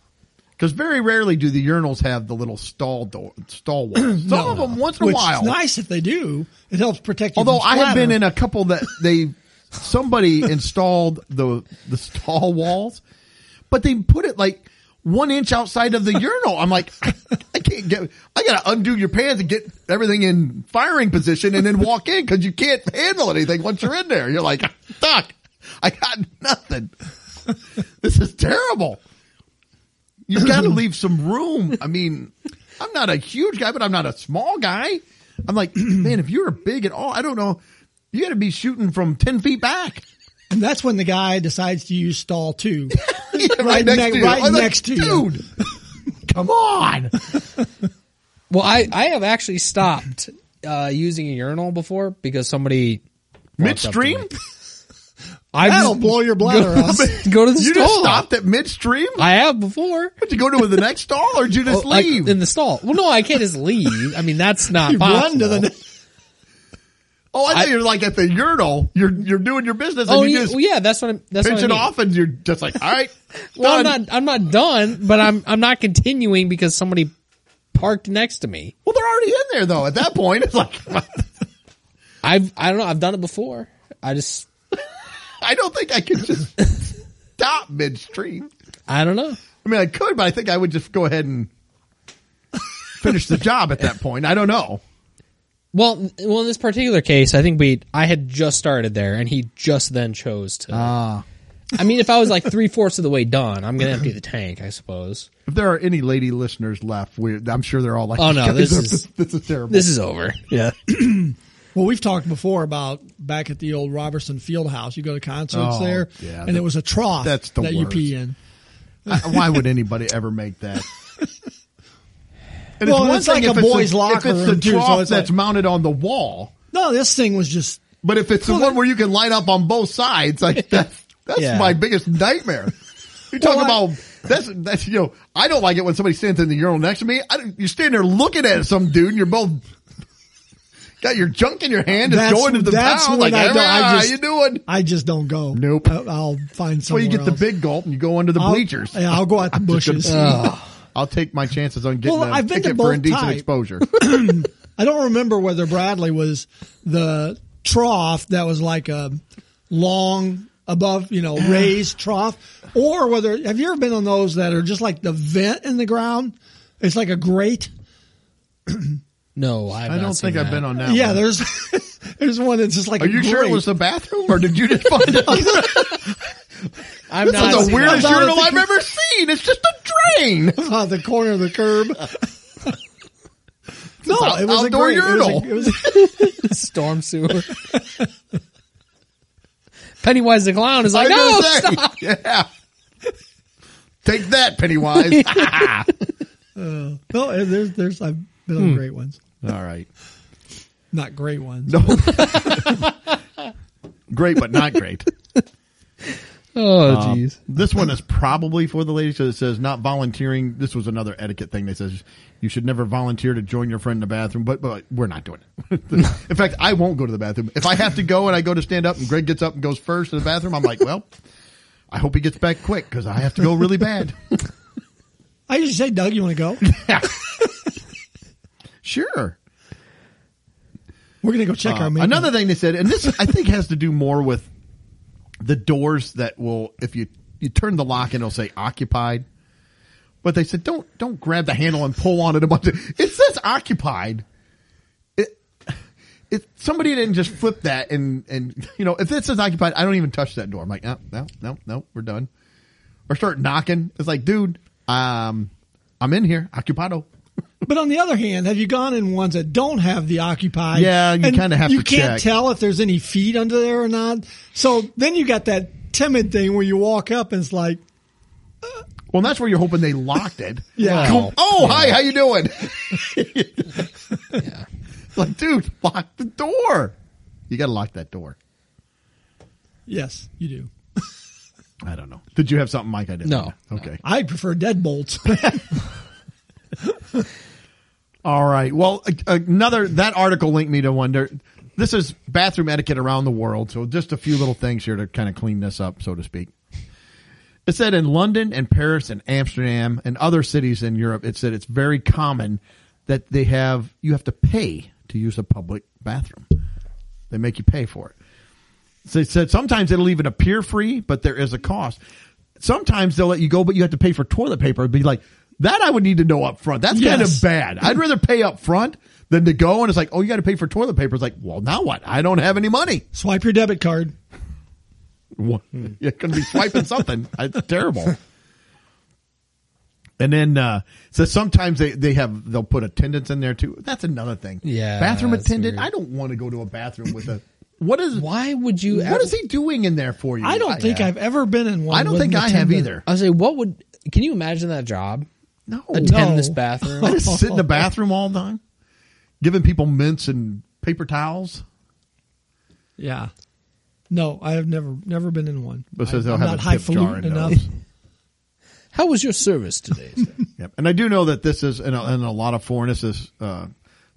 [SPEAKER 1] Because very rarely do the urinals have the little stall door, stall walls. Some of them once in a
[SPEAKER 2] Which
[SPEAKER 1] while.
[SPEAKER 2] is nice if they do. It helps protect you.
[SPEAKER 1] Although
[SPEAKER 2] from
[SPEAKER 1] I have been
[SPEAKER 2] splatter.
[SPEAKER 1] in a couple that they somebody installed the the stall walls, but they put it like one inch outside of the urinal. I'm like, I, I can't get. I gotta undo your pants and get everything in firing position, and then walk in because you can't handle anything once you're in there. You're like, fuck, I got nothing. This is terrible. You gotta leave some room. I mean, I'm not a huge guy, but I'm not a small guy. I'm like, man, if you're big at all, I don't know. You got to be shooting from 10 feet back.
[SPEAKER 2] And that's when the guy decides to use stall two.
[SPEAKER 1] right next
[SPEAKER 2] ne-
[SPEAKER 1] to you.
[SPEAKER 2] right
[SPEAKER 1] I'm like,
[SPEAKER 2] next to you.
[SPEAKER 1] Dude, come on.
[SPEAKER 3] Well, I, I have actually stopped uh, using a urinal before because somebody walked up to
[SPEAKER 1] Midstream?
[SPEAKER 3] me. I
[SPEAKER 2] That'll
[SPEAKER 3] just-
[SPEAKER 2] blow your bladder up.
[SPEAKER 3] go to the
[SPEAKER 1] You
[SPEAKER 3] stall.
[SPEAKER 1] just stopped at midstream?
[SPEAKER 3] I have before.
[SPEAKER 1] Did you go to the next stall or did you just
[SPEAKER 3] Oh, like,
[SPEAKER 1] leave?
[SPEAKER 3] in the stall. Well, no, I can't just leave. I mean, that's not
[SPEAKER 2] You
[SPEAKER 3] possible.
[SPEAKER 2] run to the next.
[SPEAKER 1] oh, I thought you're like at the urinal. You're you're doing your business and
[SPEAKER 3] oh,
[SPEAKER 1] you
[SPEAKER 3] yeah,
[SPEAKER 1] just
[SPEAKER 3] well, yeah, that's what I'm. That's
[SPEAKER 1] pinch
[SPEAKER 3] what I
[SPEAKER 1] it
[SPEAKER 3] mean.
[SPEAKER 1] off and you're just like, all right.
[SPEAKER 3] Well, I'm
[SPEAKER 1] done.
[SPEAKER 3] not. I'm not done, but I'm. I'm not continuing because somebody parked next to me.
[SPEAKER 1] Well, they're already in there though. At that point, it's like
[SPEAKER 3] I've. I don't know. I've done it before. I just.
[SPEAKER 1] I don't think I could just stop midstream.
[SPEAKER 3] I don't know.
[SPEAKER 1] I mean, I could, but I think I would just go ahead and finish the job at that point. I don't know.
[SPEAKER 3] Well, n- well, in this particular case, I think we. I had just started there, and he just then chose to.
[SPEAKER 1] Ah,
[SPEAKER 3] I mean, if I was like three fourths of the way done, I'm gonna empty the tank, I suppose.
[SPEAKER 1] if there are any lady listeners left, we I'm sure they're all like,
[SPEAKER 3] Oh, no,
[SPEAKER 1] "Guys,
[SPEAKER 3] this is-
[SPEAKER 1] this is terrible."
[SPEAKER 3] This is over.
[SPEAKER 1] yeah.
[SPEAKER 2] Well, we've talked before about back at the old Robertson Field House. You go to concerts
[SPEAKER 1] Oh,
[SPEAKER 2] there,
[SPEAKER 1] yeah,
[SPEAKER 2] and
[SPEAKER 1] that-
[SPEAKER 2] it was a trough
[SPEAKER 1] that's the
[SPEAKER 2] that you
[SPEAKER 1] worst.
[SPEAKER 2] pee in.
[SPEAKER 1] I- Why would anybody ever make that? And
[SPEAKER 2] Well,
[SPEAKER 1] one
[SPEAKER 2] it's
[SPEAKER 1] thing
[SPEAKER 2] like
[SPEAKER 1] if
[SPEAKER 2] a
[SPEAKER 1] the-
[SPEAKER 2] boy's locker
[SPEAKER 1] If it's
[SPEAKER 2] room,
[SPEAKER 1] the
[SPEAKER 2] too, so
[SPEAKER 1] trough
[SPEAKER 2] it's
[SPEAKER 1] that's
[SPEAKER 2] like-
[SPEAKER 1] mounted on the wall,
[SPEAKER 2] No, this thing was just.
[SPEAKER 1] but if it's the one where you can line up on both sides, like that's that's
[SPEAKER 3] Yeah.
[SPEAKER 1] my biggest nightmare. You talk
[SPEAKER 2] Well, I-
[SPEAKER 1] about that's that's you know I don't like it when somebody stands in the urinal next to me. I don't, you're standing there looking at some dude, and you're both got your junk in your hand and
[SPEAKER 2] That's-
[SPEAKER 1] going to the
[SPEAKER 2] that's
[SPEAKER 1] town.
[SPEAKER 2] when
[SPEAKER 1] Like,
[SPEAKER 2] I don't- I
[SPEAKER 1] "Ah, how
[SPEAKER 2] just-
[SPEAKER 1] you doing?
[SPEAKER 2] I just don't go.
[SPEAKER 1] Nope.
[SPEAKER 2] I, I'll find
[SPEAKER 1] Well,
[SPEAKER 2] somewhere.
[SPEAKER 1] you get the
[SPEAKER 2] else.
[SPEAKER 1] big gulp and you go under the
[SPEAKER 2] I'll-
[SPEAKER 1] bleachers.
[SPEAKER 2] yeah, I'll go out the
[SPEAKER 1] Just gonna-
[SPEAKER 2] bushes.
[SPEAKER 1] I'll take my chances on getting
[SPEAKER 2] Well,
[SPEAKER 1] a
[SPEAKER 2] I've been to
[SPEAKER 1] ticket for
[SPEAKER 2] both
[SPEAKER 1] indecent
[SPEAKER 2] type.
[SPEAKER 1] exposure.
[SPEAKER 2] I don't remember whether Bradley was the trough that was like a long above, you know, raised trough, or whether have you ever been on those that are just like the vent in the ground? It's like a grate.
[SPEAKER 3] No, I've
[SPEAKER 1] I
[SPEAKER 3] not
[SPEAKER 1] don't
[SPEAKER 3] seen
[SPEAKER 1] think I've
[SPEAKER 3] that.
[SPEAKER 1] been on that.
[SPEAKER 2] yeah,
[SPEAKER 1] one.
[SPEAKER 2] there's there's one that's just like.
[SPEAKER 1] Are
[SPEAKER 2] a
[SPEAKER 1] you sure it
[SPEAKER 2] grate.
[SPEAKER 1] was the bathroom, or did you just find it?
[SPEAKER 3] I've not
[SPEAKER 1] That's
[SPEAKER 3] seen
[SPEAKER 1] the
[SPEAKER 3] that.
[SPEAKER 1] weirdest
[SPEAKER 2] that.
[SPEAKER 1] urinal I've ever seen. It's just a drain.
[SPEAKER 2] on the corner of the curb? no,
[SPEAKER 1] Out-
[SPEAKER 2] it was a
[SPEAKER 1] outdoor
[SPEAKER 2] grate.
[SPEAKER 1] urinal.
[SPEAKER 2] It was a, it was
[SPEAKER 3] storm sewer. Pennywise the clown is like,
[SPEAKER 1] I
[SPEAKER 3] no,
[SPEAKER 1] know that.
[SPEAKER 3] stop.
[SPEAKER 1] Yeah. Take that, Pennywise.
[SPEAKER 2] no, and there's there's I've been
[SPEAKER 1] Hmm.
[SPEAKER 2] on great ones,
[SPEAKER 1] All right.
[SPEAKER 2] not great ones.
[SPEAKER 1] No. great, but not great.
[SPEAKER 3] Oh,
[SPEAKER 1] Um,
[SPEAKER 3] jeez.
[SPEAKER 1] this one is probably for the ladies because it says not volunteering. This was another etiquette thing. That says you should never volunteer to join your friend in the bathroom. But but we're not doing it. in fact, I won't go to the bathroom. If I have to go and I go to stand up and Greg gets up and goes first to the bathroom, I'm like, well, I hope he gets back quick because I have to go really bad.
[SPEAKER 2] I usually say, Doug, you want to go?
[SPEAKER 1] sure.
[SPEAKER 2] We're gonna go check
[SPEAKER 1] Uh,
[SPEAKER 2] our menu.
[SPEAKER 1] another thing they said, and this I think has to do more with the doors that will, if you you turn the lock and it'll say occupied. But they said don't don't grab the handle and pull on it a bunch. Of, it says occupied. It it somebody didn't just flip that and and you know if it says occupied, I don't even touch that door. I'm like no no no no we're done. Or start knocking. It's like dude, um, I'm in here occupado.
[SPEAKER 2] But on the other hand, have you gone in ones that don't have the occupied?
[SPEAKER 1] Yeah, you
[SPEAKER 2] And
[SPEAKER 1] kinda have
[SPEAKER 2] you
[SPEAKER 1] to
[SPEAKER 2] can't
[SPEAKER 1] check.
[SPEAKER 2] tell if there's any feet under there or not. So then you got that timid thing where you walk up and it's like,
[SPEAKER 1] Well, that's where you're hoping they locked it.
[SPEAKER 2] Yeah.
[SPEAKER 1] Go- oh, hi, how you doing? Like, dude, lock the door. You got to lock that door.
[SPEAKER 2] yes, you do.
[SPEAKER 1] I don't know. Did you have something, Mike? I didn't.
[SPEAKER 3] No.
[SPEAKER 1] Okay.
[SPEAKER 2] I prefer deadbolts.
[SPEAKER 1] All right. Well, a- another that article linked me to wonder. This is bathroom etiquette around the world. So just a few little things here to kind of clean this up, so to speak. It said in London and Paris and Amsterdam and other cities in Europe, it said it's very common that they have you have to pay to use a public bathroom. They make you pay for it. So it said sometimes it'll even appear free, but there is a cost. Sometimes they'll let you go, but you have to pay for toilet paper. It'd be like that. I would need to know up front. That's kind of
[SPEAKER 2] Yes.
[SPEAKER 1] bad. I'd rather pay up front than to go and it's like, oh, you got to pay for toilet paper. It's like, well, now what? I don't have any money.
[SPEAKER 2] Swipe your debit card.
[SPEAKER 3] Hmm.
[SPEAKER 1] What? You're going to be swiping something. It's terrible. And then uh so sometimes they they have they'll put attendants in there too. That's another thing.
[SPEAKER 3] Yeah,
[SPEAKER 1] bathroom
[SPEAKER 3] that's
[SPEAKER 1] attendant.
[SPEAKER 3] weird.
[SPEAKER 1] I don't want to go to a bathroom with a. What is
[SPEAKER 3] Why would you?
[SPEAKER 1] What is he doing in there for you?
[SPEAKER 2] I don't think I've ever been in one.
[SPEAKER 1] I don't
[SPEAKER 2] with
[SPEAKER 1] think
[SPEAKER 2] an
[SPEAKER 1] I have
[SPEAKER 2] attendant.
[SPEAKER 1] either.
[SPEAKER 3] I was like, what would? Can you imagine that job?
[SPEAKER 1] No.
[SPEAKER 3] Attend
[SPEAKER 2] No.
[SPEAKER 3] this bathroom.
[SPEAKER 1] I just sit in the bathroom all the time, giving people mints and paper towels.
[SPEAKER 2] Yeah. No, I have never never been in one.
[SPEAKER 1] But says
[SPEAKER 2] I,
[SPEAKER 1] they'll
[SPEAKER 2] I'm
[SPEAKER 1] have
[SPEAKER 2] not
[SPEAKER 1] a tip jar
[SPEAKER 2] highfalutin
[SPEAKER 1] in
[SPEAKER 2] enough.
[SPEAKER 1] those.
[SPEAKER 3] How was your service today? sir?
[SPEAKER 1] Yep. And I do know that this is in a, in a lot of foreign. This is uh,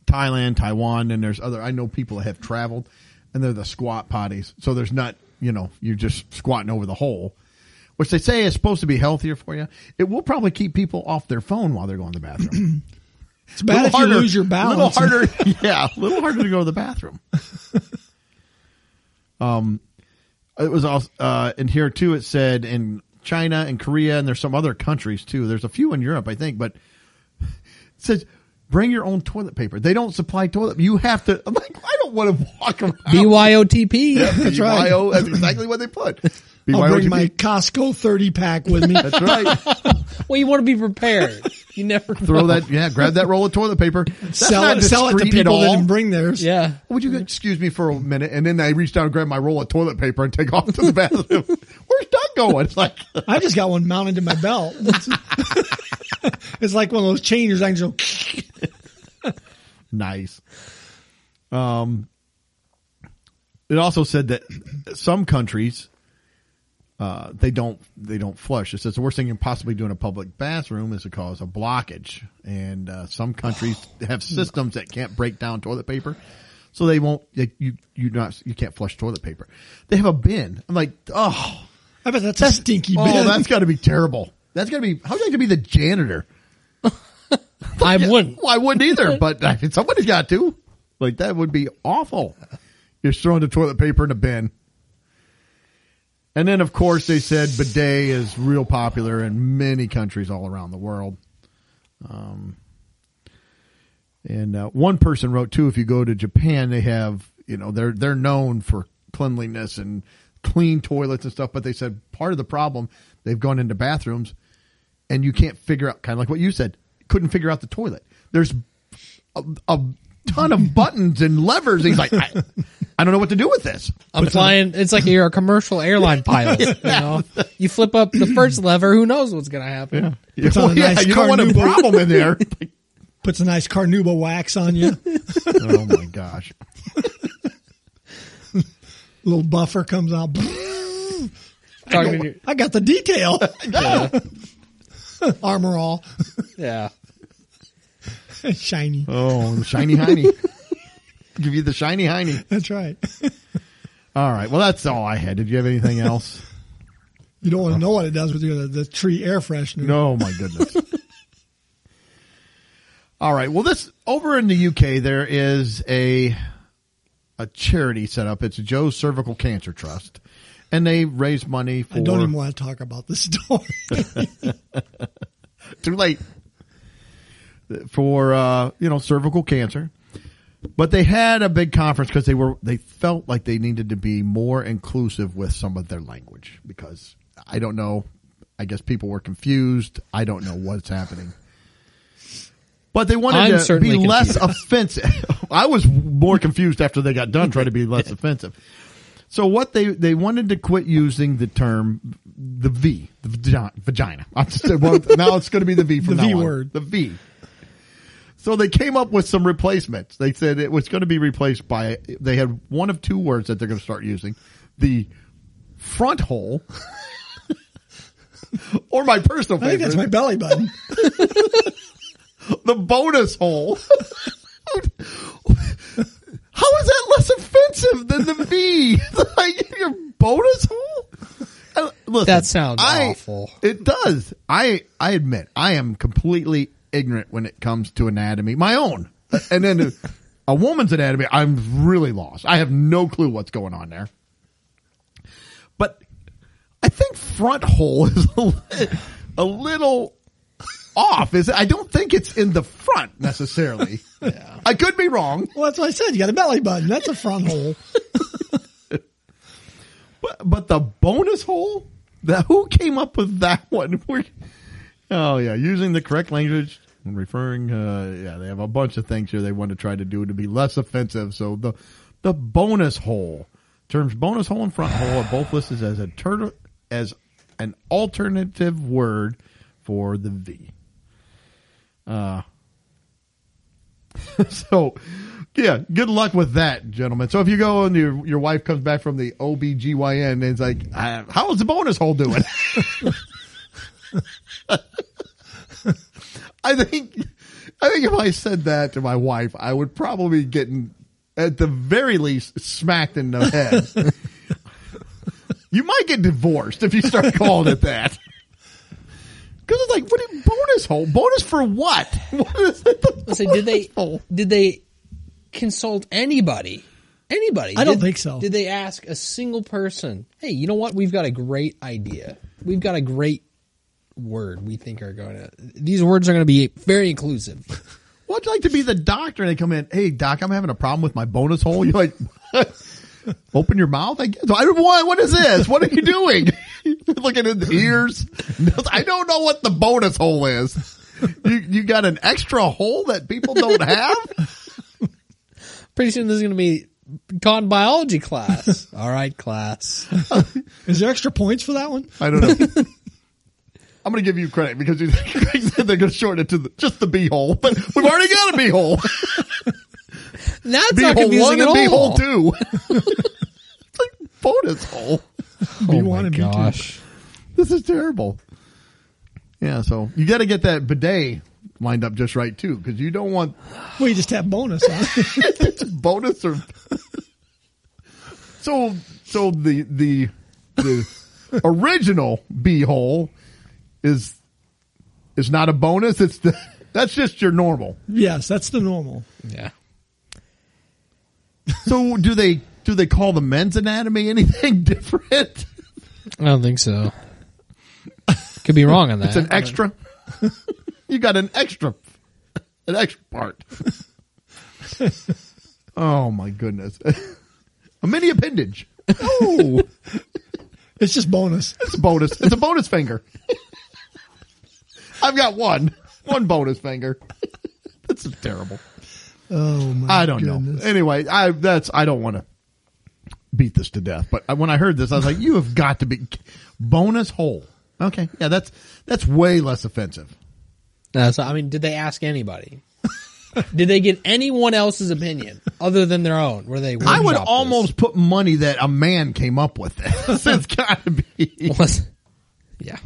[SPEAKER 1] Thailand, Taiwan, and there's other. I know people that have traveled, and they're the squat potties. So there's not, you know, you're just squatting over the hole, which they say is supposed to be healthier for you. It will probably keep people off their phone while they're going to the bathroom.
[SPEAKER 2] It's bad if you lose your balance.
[SPEAKER 1] A little harder, yeah, a little harder to go to the bathroom. it was also uh, in here too. It said in China and Korea, and there's some other countries too. There's a few in Europe, I think, but it says bring your own toilet paper. They don't supply toilet. You have to. I'm like, I don't want to walk around.
[SPEAKER 3] BYOTP.
[SPEAKER 1] that's
[SPEAKER 2] right.
[SPEAKER 1] That's exactly what they put.
[SPEAKER 2] I'll bring
[SPEAKER 1] BYOTP.
[SPEAKER 2] my Costco 30 pack with me.
[SPEAKER 1] That's right.
[SPEAKER 3] Well, you want to be prepared. You never know.
[SPEAKER 1] Throw that. Yeah, grab that roll of toilet paper. That's
[SPEAKER 2] sell
[SPEAKER 1] not
[SPEAKER 2] it, sell it to
[SPEAKER 1] discreet at
[SPEAKER 2] people that
[SPEAKER 1] all.
[SPEAKER 2] didn't bring theirs.
[SPEAKER 3] Yeah.
[SPEAKER 1] Would you excuse me for a minute? And then I reach down and grab my roll of toilet paper and take off to the bathroom. Where's Doug going? It's like
[SPEAKER 2] I just got one mounted to my belt. It's, it's like one of those changers. I can just go,
[SPEAKER 1] Nice. Um, it also said that some countries uh, they don't they don't flush. It says the worst thing you can possibly do in a public bathroom is to cause a blockage, and uh, some countries have systems that can't break down toilet paper, so they won't. They, you you not you can't flush toilet paper. They have a bin. I'm like, oh,
[SPEAKER 2] I bet that's a stinky bin.
[SPEAKER 1] oh, that's got to be terrible. That's got to be. How'd you like to be the janitor?
[SPEAKER 3] I wouldn't.
[SPEAKER 1] Well, I wouldn't either, but I mean, somebody's got to. Like that would be awful. You're throwing the toilet paper in a bin. And then, of course, they said bidet is real popular in many countries all around the world. Um, and uh, one person wrote too. If you go to Japan, they have you know they're they're known for cleanliness and clean toilets and stuff. But they said part of the problem they've gone into bathrooms and you can't figure out kind of like what you said couldn't figure out the toilet there's a, a ton of buttons and levers he's like I, I don't know what to do with this
[SPEAKER 3] I'm flying. It's like you're a commercial airline pilot. You know, you flip up the
[SPEAKER 2] Mm.
[SPEAKER 3] first lever. Who knows what's going to happen?
[SPEAKER 1] yeah,
[SPEAKER 2] on a
[SPEAKER 1] well, yeah,
[SPEAKER 2] nice
[SPEAKER 1] you don't want a
[SPEAKER 2] carnauba.
[SPEAKER 1] problem in there Like,
[SPEAKER 2] Puts a nice carnuba wax on you.
[SPEAKER 1] oh my gosh
[SPEAKER 2] little buffer comes out.
[SPEAKER 3] Talking to you-
[SPEAKER 2] I got the detail. Armor all
[SPEAKER 3] yeah.
[SPEAKER 2] shiny.
[SPEAKER 1] oh shiny heiny give you the shiny heiny
[SPEAKER 2] That's right.
[SPEAKER 1] all right well that's all i had did you have anything else
[SPEAKER 2] You don't want to know what it does with your the, the tree air freshener.
[SPEAKER 1] No, my goodness. All right. Well, this over in the UK there is a a charity set up. It's Joe's Cervical Cancer Trust, and they raise money for.
[SPEAKER 2] I don't even want to talk about this story.
[SPEAKER 1] too late for uh, you know cervical cancer. But they had a big conference because they were they felt like they needed to be more inclusive with some of their language because I don't know. I guess people were confused. I don't know what's happening. But they wanted
[SPEAKER 3] I'm
[SPEAKER 1] to be
[SPEAKER 3] certainly
[SPEAKER 1] less offensive. I was more confused after they got done trying to be less offensive. So what they they wanted to quit using the term the V the vagi- vagina. I just, well, now it's going to be the V from
[SPEAKER 2] The
[SPEAKER 1] now
[SPEAKER 2] V
[SPEAKER 1] on.
[SPEAKER 2] word.
[SPEAKER 1] The V. So they came up with some replacements. They said it was going to be replaced by they had one of two words that they're going to start using: the front hole, or my personal
[SPEAKER 2] I think that's
[SPEAKER 1] favorite,
[SPEAKER 2] my belly button.
[SPEAKER 1] the bonus hole. How is that less offensive than the V? like your bonus hole? I- Listen,
[SPEAKER 3] That sounds
[SPEAKER 1] I-
[SPEAKER 3] awful.
[SPEAKER 1] It does. I I admit I am completely ignorant when it comes to anatomy, my own, and then a woman's anatomy. I'm really lost. I have no clue what's going on there. But I think front hole is a, li- a little off. Is it? I don't think it's in the front necessarily. I could be wrong.
[SPEAKER 2] Well, that's what I said. You got a belly button. That's a front hole.
[SPEAKER 1] But but the bonus hole, that who came up with that one? We're, Oh yeah, using the correct language and referring. Uh, yeah, they have a bunch of things here they want to try to do to be less offensive. So the the bonus hole terms bonus hole and front hole are both listed as a turtle as an alternative word for the V. Uh, so yeah, good luck with that, gentlemen. So if you go and your your wife comes back from the OBGYN and it's like, "Uh, how is the bonus hole doing? I think I think if I said that to my wife, I would probably get in, at the very least smacked in the head. you might get divorced if you start calling it that. Because it's like, what a bonus hole? Bonus for what? What is it? The
[SPEAKER 3] I say, did they
[SPEAKER 1] bonus hole?
[SPEAKER 3] did they consult anybody? Anybody?
[SPEAKER 2] I don't
[SPEAKER 3] Did-
[SPEAKER 2] think so.
[SPEAKER 3] Did they ask a single person? Hey, you know what? We've got a great idea. We've got a great word. We think are going to. These words are going to be very inclusive.
[SPEAKER 1] Well, it's like to be the doctor and they come in, hey doc, I'm having a problem with my bonus hole. You're like, open your mouth. I guess. I don't want. What is this? What are you doing? Looking at the ears. I don't know what the bonus hole is. You you got an extra hole that people don't have.
[SPEAKER 3] Pretty soon, this is going to be con biology class. All right, class.
[SPEAKER 2] Is there extra points for that one?
[SPEAKER 1] I don't know. I'm going to give you credit because you said they're going to shorten it to the, just the b hole, but we've already got a b hole.
[SPEAKER 3] That's
[SPEAKER 1] B
[SPEAKER 3] not
[SPEAKER 1] hole
[SPEAKER 3] confusing
[SPEAKER 1] one
[SPEAKER 3] at
[SPEAKER 1] and
[SPEAKER 3] all.
[SPEAKER 1] b hole two. it's like bonus hole.
[SPEAKER 2] B1
[SPEAKER 3] Oh my
[SPEAKER 2] and B2.
[SPEAKER 3] gosh.
[SPEAKER 1] This is terrible. Yeah, so you got to get that bidet lined up just right too, because you don't want
[SPEAKER 2] Well, you just have bonus. Huh?
[SPEAKER 1] bonus or. so so the the the original b hole is is not a bonus. It's the that's just your normal.
[SPEAKER 2] yes, that's the normal.
[SPEAKER 3] Yeah.
[SPEAKER 1] So do they do they call the men's anatomy anything different?
[SPEAKER 3] I don't think so. Could be wrong on that.
[SPEAKER 1] It's an extra. you got an extra, an extra part. oh my goodness, a mini appendage. Oh,
[SPEAKER 2] It's just bonus.
[SPEAKER 1] it's a bonus. It's a bonus finger. I've got one, one bonus finger. This is terrible.
[SPEAKER 2] Oh my!
[SPEAKER 1] I don't
[SPEAKER 2] goodness.
[SPEAKER 1] know. Anyway, I that's I don't want to beat this to death. But I- when I heard this, I was like, "You have got to be bonus hole." Okay, yeah, that's that's way less offensive.
[SPEAKER 3] No, so, I mean, did they ask anybody? did they get anyone else's opinion other than their own? Were they?
[SPEAKER 1] I would
[SPEAKER 3] workshopped this?
[SPEAKER 1] almost put money that a man came up with this. it's got to be.
[SPEAKER 3] Was- yeah.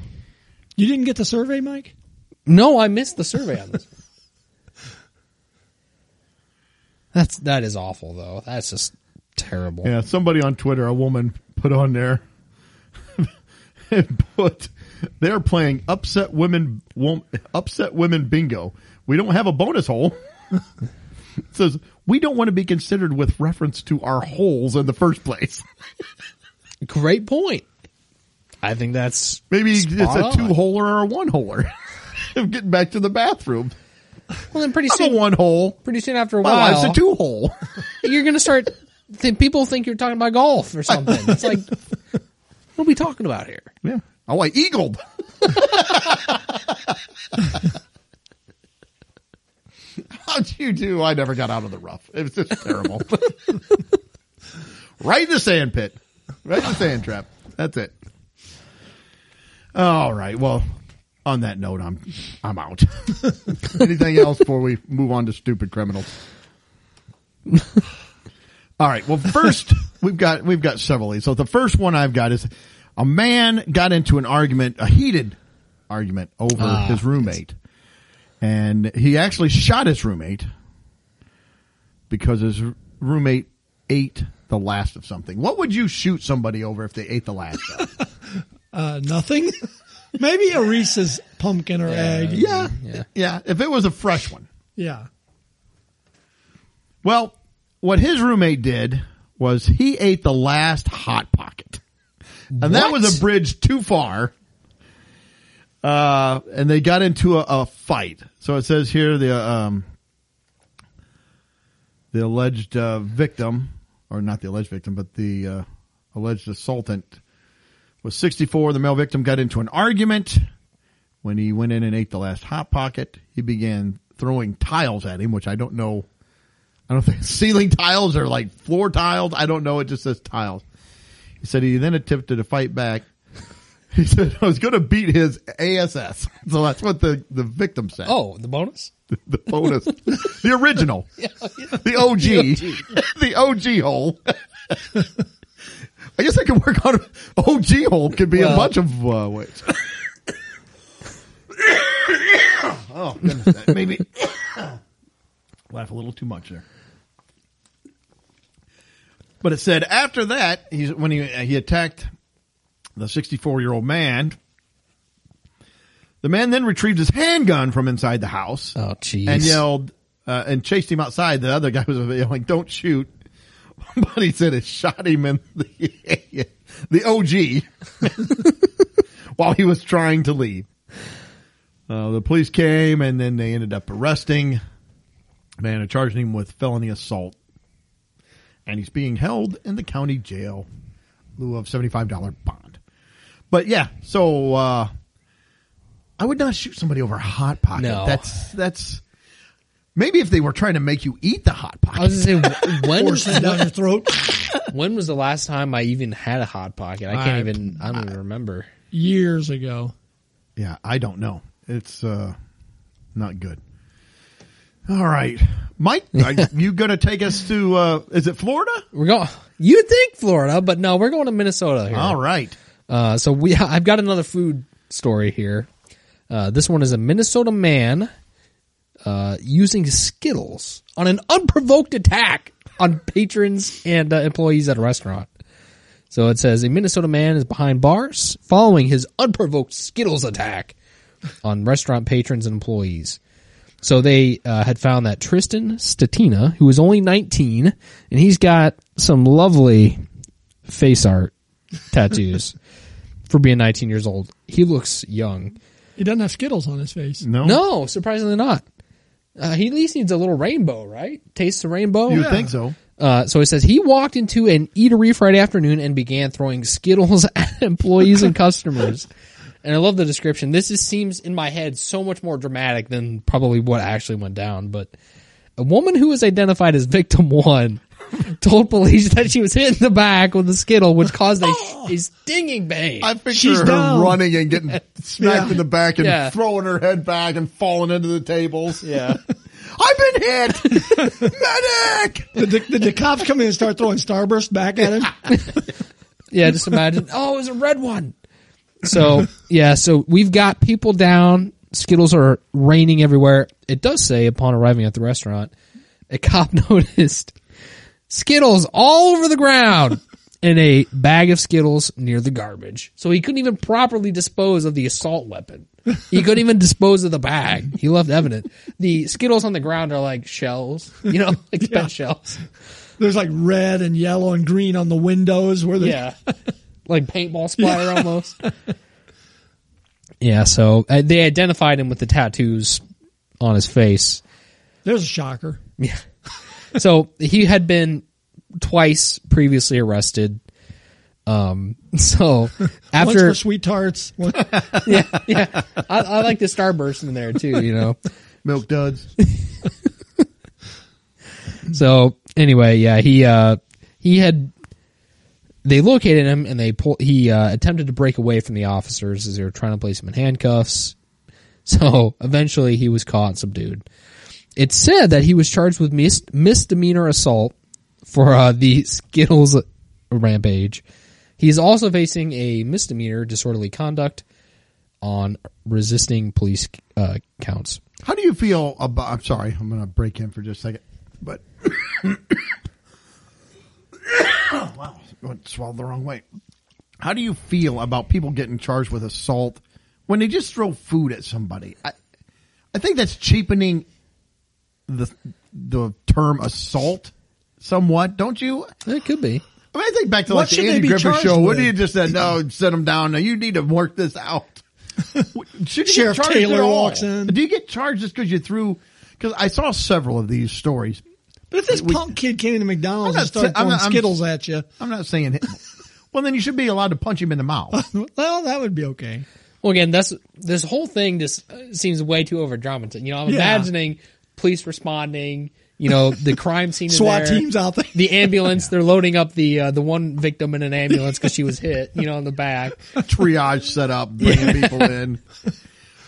[SPEAKER 2] You didn't get the survey, Mike.
[SPEAKER 3] No, I missed the survey on this. That's that is awful though. That's just terrible.
[SPEAKER 1] Yeah, somebody on Twitter, a woman, put on there, and put they're playing upset women wom- upset women bingo. We don't have a bonus hole. It says we don't want to be considered with reference to our holes in the first place.
[SPEAKER 3] Great point. I think that's
[SPEAKER 1] Maybe
[SPEAKER 3] Spot on.
[SPEAKER 1] it's a two holer or a one holer. I'm getting back to the bathroom.
[SPEAKER 3] well. Then pretty
[SPEAKER 1] I'm a
[SPEAKER 3] soon,
[SPEAKER 1] one hole.
[SPEAKER 3] pretty soon after a
[SPEAKER 1] My
[SPEAKER 3] while,
[SPEAKER 1] wife's a two hole.
[SPEAKER 3] you're gonna start. Th- people think you're talking about golf or something. It's like, what are we talking about here?
[SPEAKER 1] Yeah. Oh, I eagled. How'd you do? I never got out of the rough. It was just terrible. right in the sand pit. Right in the sand trap. That's it. All right. Well, on that note, I'm I'm out. Anything else before we move on to stupid criminals? All right. Well, first we've got we've got several of these. So the first one I've got is a man got into an argument, a heated argument over his roommate, and he actually shot his roommate because his r- roommate ate the last of something. What would you shoot somebody over if they ate the last of?
[SPEAKER 2] Uh, nothing. Maybe a Reese's pumpkin or egg.
[SPEAKER 1] yeah,
[SPEAKER 3] Yeah.
[SPEAKER 1] yeah. If it was a fresh one.
[SPEAKER 2] Yeah.
[SPEAKER 1] Well, what his roommate did was he ate the last hot pocket, and that
[SPEAKER 3] What?
[SPEAKER 1] was a bridge too far. Uh, and they got into a, a fight. So it says here the um, the alleged uh, victim, or not the alleged victim, but the uh, alleged assaultant was 64. The male victim got into an argument When he went in and ate the last hot pocket, he began throwing tiles at him, which I don't know. I don't think ceiling tiles or like floor tiles. I don't know. It just says tiles. He said he then attempted to fight back. He said, I was going to beat his ASS. So that's what the, the victim said.
[SPEAKER 3] Oh, the bonus?
[SPEAKER 1] The bonus. the original. The OG. the OG hole. I guess I could work on OG hole could be a
[SPEAKER 3] Well-
[SPEAKER 1] bunch of uh, ways. oh, goodness. That made me laugh a little too much there. But it said after that, he's when he uh, he attacked the 64 year old man. The man then retrieved his handgun from inside the house
[SPEAKER 3] Oh, jeez.
[SPEAKER 1] and yelled uh, and chased him outside. The other guy was yelling, "Don't shoot!" But he said it shot him in the the OG while he was trying to leave. Uh, the police came and then they ended up arresting the man and charging him with felony assault. And he's being held in the county jail in lieu of $75 bond. But yeah, so uh, I would not shoot somebody over a hot pocket.
[SPEAKER 3] No.
[SPEAKER 1] That's that's maybe if they were trying to make you eat the hot
[SPEAKER 3] I
[SPEAKER 1] pocket.
[SPEAKER 3] was going to say, when,
[SPEAKER 2] Force it down your throat.
[SPEAKER 3] when was the last time I even had a Hot Pocket? I can't
[SPEAKER 1] I-
[SPEAKER 3] even, I don't even remember.
[SPEAKER 2] Years ago.
[SPEAKER 1] Yeah, I don't know. It's uh, not good. All right, Mike, are you going to take us to? Uh, is it Florida?
[SPEAKER 3] We're going, you'd think Florida, but no, we're going to Minnesota here.
[SPEAKER 1] All right.
[SPEAKER 3] Uh, so we, I've got another food story here. Uh, this one is a Minnesota man uh, using Skittles on an unprovoked attack on patrons and uh, employees at a restaurant. So it says a Minnesota man is behind bars following his unprovoked Skittles attack on restaurant patrons and employees. So they uh, had found that Tristan Statina, who is only 19, and he's got some lovely face art tattoos for being 19 years old. He looks young.
[SPEAKER 2] He doesn't have Skittles on his face.
[SPEAKER 1] No,
[SPEAKER 3] No, surprisingly not. Uh, he at least needs a little rainbow, right? Taste the rainbow.
[SPEAKER 1] you would think so.
[SPEAKER 3] Uh, so it says he walked into an eatery Friday afternoon and began throwing Skittles at employees and customers. And I love the description. This is, seems in my head so much more dramatic than probably what actually went down. But a woman who was identified as victim one told police that she was hit in the back with a Skittle, which caused a, a stinging pain.
[SPEAKER 1] I picture
[SPEAKER 2] She's
[SPEAKER 1] her
[SPEAKER 2] down.
[SPEAKER 1] running and getting smacked
[SPEAKER 2] Yeah.
[SPEAKER 1] in the back and
[SPEAKER 3] Yeah.
[SPEAKER 1] throwing her head back and falling into the tables.
[SPEAKER 3] yeah.
[SPEAKER 1] I've been hit, medic.
[SPEAKER 2] Did the, did the cops come in and start throwing Starburst back at him?
[SPEAKER 3] Yeah, just imagine. oh, it was a red one. So yeah, so we've got people down. Skittles are raining everywhere. It does say upon arriving at the restaurant, a cop noticed Skittles all over the ground and a bag of Skittles near the garbage. So he couldn't even properly dispose of the assault weapon. He couldn't even dispose of the bag. He left evident. The Skittles on the ground are like shells, you know, like pet shells.
[SPEAKER 2] There's like red and yellow and green on the windows where the
[SPEAKER 3] Yeah. like paintball splatter almost. Yeah, so uh, they identified him with the tattoos on his face.
[SPEAKER 2] there's a shocker.
[SPEAKER 3] Yeah. so he had been twice previously arrested. Um, so
[SPEAKER 2] Once
[SPEAKER 3] after
[SPEAKER 2] for sweet tarts. One,
[SPEAKER 3] yeah, yeah, I, I like the starburst in there too, you know.
[SPEAKER 1] Milk duds.
[SPEAKER 3] So anyway, yeah, he uh he had they located him and they pull he uh, attempted to break away from the officers as they were trying to place him in handcuffs. So eventually he was caught and subdued. It said that he was charged with mis- misdemeanor assault for uh, the Skittles rampage. He's also facing a misdemeanor disorderly conduct on resisting police uh, counts.
[SPEAKER 1] How do you feel about? I'm sorry, I'm going to break in for just a second, but wow, went- swallowed the wrong way. How do you feel about people getting charged with assault when they just throw food at somebody? I, I think that's cheapening the the term assault somewhat, don't you?
[SPEAKER 3] It could be.
[SPEAKER 1] I mean, I think back to
[SPEAKER 2] What
[SPEAKER 1] like
[SPEAKER 2] should
[SPEAKER 1] the
[SPEAKER 2] they
[SPEAKER 1] Andy
[SPEAKER 2] be
[SPEAKER 1] Griffith
[SPEAKER 2] charged
[SPEAKER 1] show. What
[SPEAKER 2] with?
[SPEAKER 1] do you just said? No, sit them down. Now you need to work this out. Should you
[SPEAKER 2] Sheriff
[SPEAKER 1] get charged
[SPEAKER 2] Taylor
[SPEAKER 1] at all?
[SPEAKER 2] walks in.
[SPEAKER 1] Do you get charged just because you threw? Because I saw several of these stories.
[SPEAKER 2] but if this punk kid came into McDonald's
[SPEAKER 1] I'm
[SPEAKER 2] and
[SPEAKER 1] not
[SPEAKER 2] started
[SPEAKER 1] sa- I'm
[SPEAKER 2] throwing
[SPEAKER 1] not- I'm-
[SPEAKER 2] Skittles at you,
[SPEAKER 1] I'm not saying. Well, then you should be allowed to punch him in the mouth.
[SPEAKER 2] well, that would be okay.
[SPEAKER 3] Well, again, that's this whole thing just uh, seems way too over dramatized. You know, I'm
[SPEAKER 2] Yeah.
[SPEAKER 3] imagining police responding. You know, the crime scene. is
[SPEAKER 2] SWAT
[SPEAKER 3] there,
[SPEAKER 2] teams out there.
[SPEAKER 3] The ambulance. They're loading up the uh, the one victim in an ambulance because she was hit. You know, in the back.
[SPEAKER 1] triage set up, bringing people in.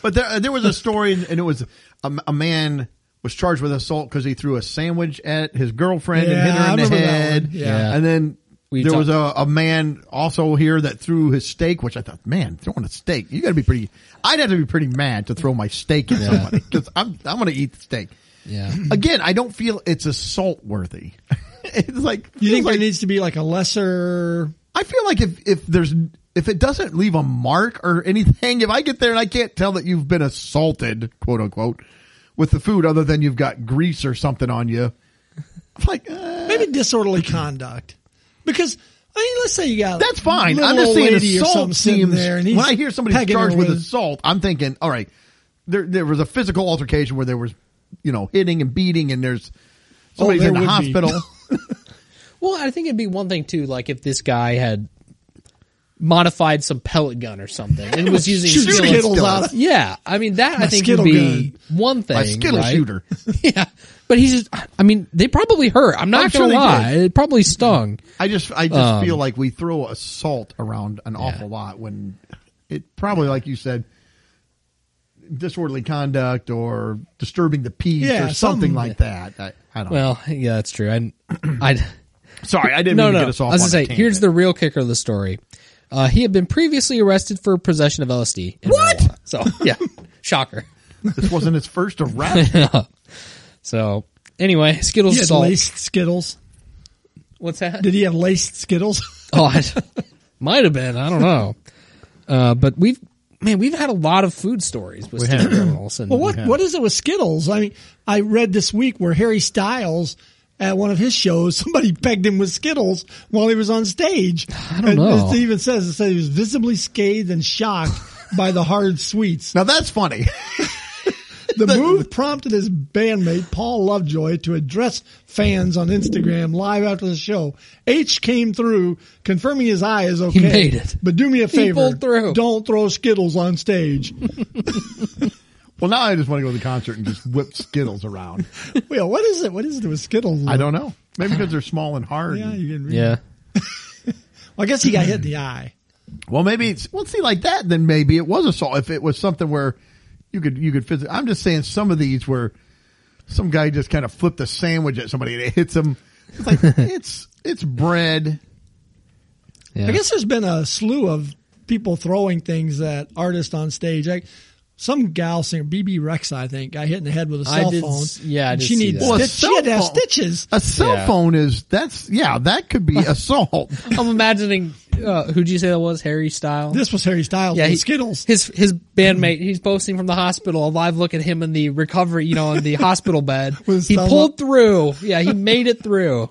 [SPEAKER 1] But there, there was a story, and it was a, a man was charged with assault because he threw a sandwich at his girlfriend and hit
[SPEAKER 2] Yeah, I
[SPEAKER 1] her in the
[SPEAKER 2] remember that
[SPEAKER 1] head.
[SPEAKER 2] one. Yeah.
[SPEAKER 1] and then.
[SPEAKER 3] We
[SPEAKER 1] there was
[SPEAKER 3] talked-
[SPEAKER 1] a, a man also here that threw his steak, which I thought, man, throwing a steak, you got to be pretty. I'd have to be pretty mad to throw my steak at somebody because I'm I'm going to eat the steak.
[SPEAKER 3] Yeah.
[SPEAKER 1] Again, I don't feel it's assault worthy. it's like
[SPEAKER 2] You think
[SPEAKER 1] feels like,
[SPEAKER 2] there needs to be like a lesser?
[SPEAKER 1] I feel like if if there's if it doesn't leave a mark or anything, if I get there and I can't tell that you've been assaulted, quote unquote, with the food, other than you've got grease or something on you, I'm like eh,
[SPEAKER 2] maybe disorderly conduct because I mean, let's say you got
[SPEAKER 1] that's fine.
[SPEAKER 2] little
[SPEAKER 1] I'm just
[SPEAKER 2] old
[SPEAKER 1] saying
[SPEAKER 2] lady or
[SPEAKER 1] assault
[SPEAKER 2] something sitting
[SPEAKER 1] seems.
[SPEAKER 2] there, and he's
[SPEAKER 1] when I hear somebody
[SPEAKER 2] pegging her
[SPEAKER 1] charged with
[SPEAKER 2] with-
[SPEAKER 1] assault, I'm thinking, all right, there there was a physical altercation where there was you know hitting and beating, and there's somebody's
[SPEAKER 2] Oh, there
[SPEAKER 1] in the
[SPEAKER 2] would be.
[SPEAKER 1] hospital.
[SPEAKER 3] Well, I think it'd be one thing too, like if this guy had modified some pellet gun or something and was using
[SPEAKER 2] shoot
[SPEAKER 1] Skittles.
[SPEAKER 2] Skittles out. of-
[SPEAKER 3] Yeah, I mean that I think
[SPEAKER 2] Skittle
[SPEAKER 3] would be one thing.
[SPEAKER 1] My skittle
[SPEAKER 3] right?
[SPEAKER 1] shooter.
[SPEAKER 3] yeah, but he's just. I mean, they probably hurt. I'm not
[SPEAKER 1] I'm sure
[SPEAKER 3] gonna
[SPEAKER 1] they
[SPEAKER 3] lie, it probably stung.
[SPEAKER 1] I just I just
[SPEAKER 3] Um,
[SPEAKER 1] feel like we throw assault around an awful lot when it probably like you said disorderly conduct or disturbing the peace
[SPEAKER 2] Yeah,
[SPEAKER 1] or something
[SPEAKER 2] something.
[SPEAKER 1] like that. I, I don't
[SPEAKER 3] Well, yeah, that's true. I, I
[SPEAKER 1] know. Sorry, I didn't
[SPEAKER 3] no,
[SPEAKER 1] mean
[SPEAKER 3] no.
[SPEAKER 1] to get us off.
[SPEAKER 3] I was
[SPEAKER 1] on
[SPEAKER 3] gonna
[SPEAKER 1] a
[SPEAKER 3] say,
[SPEAKER 1] tangent.
[SPEAKER 3] here's the real kicker of the story. Uh, he had been previously arrested for possession of LSD. and
[SPEAKER 1] What?
[SPEAKER 3] marijuana. So yeah, shocker.
[SPEAKER 1] this wasn't his first arrest.
[SPEAKER 3] So anyway, Skittles
[SPEAKER 2] He had
[SPEAKER 3] assault.
[SPEAKER 2] laced Skittles.
[SPEAKER 3] What's that?
[SPEAKER 2] Did he have laced Skittles?
[SPEAKER 3] Oh, I, might have been. I don't know. Uh, but we've man, we've had a lot of food stories with
[SPEAKER 1] have.
[SPEAKER 3] state criminals. And
[SPEAKER 2] Well, what what is it with Skittles? I mean, I read this week where Harry Styles at one of his shows, somebody pegged him with Skittles while he was on stage. I
[SPEAKER 3] don't know.
[SPEAKER 2] It even says it says he was visibly scathed and shocked by the hard sweets.
[SPEAKER 1] now that's funny.
[SPEAKER 2] The move prompted his bandmate Paul Lovejoy to address fans on Instagram live after the show. H came through, confirming his eye is okay.
[SPEAKER 3] made it.
[SPEAKER 2] But do me a favor,
[SPEAKER 3] pulled through.
[SPEAKER 2] don't throw Skittles on stage.
[SPEAKER 1] Well, now I just want to go to the concert and just whip Skittles around.
[SPEAKER 2] well, what is it? What is it with Skittles?
[SPEAKER 1] I don't know. Maybe because they're small and hard.
[SPEAKER 2] Yeah, you can read.
[SPEAKER 3] Yeah.
[SPEAKER 2] Well, I guess he got hit in the eye.
[SPEAKER 1] Well, maybe it's well. See, like that, then maybe it was assault. If it was something where you could you could physically, I'm just saying some of these where some guy just kind of flipped a sandwich at somebody and it hits him. It's like it's it's bread.
[SPEAKER 3] yeah.
[SPEAKER 2] I guess there's been a slew of people throwing things at artists on stage. Like some gal singer, BB Rex, I think, got hit in the head with a
[SPEAKER 3] I
[SPEAKER 2] cell
[SPEAKER 3] did
[SPEAKER 2] phone.
[SPEAKER 3] s- yeah, I
[SPEAKER 2] And
[SPEAKER 3] did
[SPEAKER 2] she
[SPEAKER 3] see
[SPEAKER 2] needs
[SPEAKER 3] that. Well,
[SPEAKER 1] a
[SPEAKER 2] stitch- she
[SPEAKER 1] cell
[SPEAKER 2] had to have
[SPEAKER 1] phone-
[SPEAKER 2] stitches.
[SPEAKER 1] A cell
[SPEAKER 3] Yeah.
[SPEAKER 1] phone is that's yeah that could be assault.
[SPEAKER 3] I'm imagining uh, who'd you say that was? Harry Style.
[SPEAKER 2] This was Harry Styles. Yeah,
[SPEAKER 3] he-
[SPEAKER 2] Skittles.
[SPEAKER 3] His his bandmate. He's posting from the hospital. A live look at him in the recovery. You know, in the hospital bed.
[SPEAKER 2] With his
[SPEAKER 3] He
[SPEAKER 2] thumb
[SPEAKER 3] pulled
[SPEAKER 2] up.
[SPEAKER 3] through. Yeah, he made it through.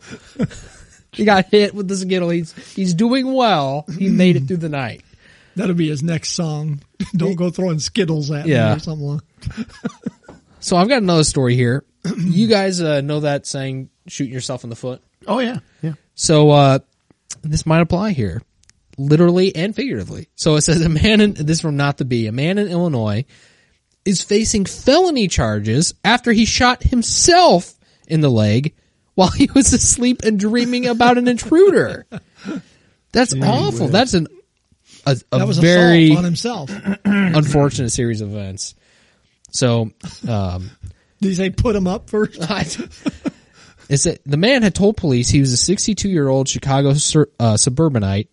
[SPEAKER 3] he got hit with the skittle. He's he's doing well. He made it through the night.
[SPEAKER 2] That'll be his next song. Don't go throwing Skittles at
[SPEAKER 3] Yeah.
[SPEAKER 2] me or something. like-
[SPEAKER 3] So I've got another story here. you guys uh, know that saying, shoot yourself in the foot.
[SPEAKER 1] Oh yeah, yeah.
[SPEAKER 3] So uh, this might apply here, literally and figuratively. So it says a man in this is from not to be a man in Illinois is facing felony charges after he shot himself in the leg while he was asleep and dreaming about an intruder. That's awful. That's an a, a
[SPEAKER 2] That was
[SPEAKER 3] very
[SPEAKER 2] assault on himself.
[SPEAKER 3] unfortunate series of events. So um,
[SPEAKER 2] Did he say put him up first?
[SPEAKER 3] is that the man had told police he was a 62 year old Chicago sur- uh, suburbanite.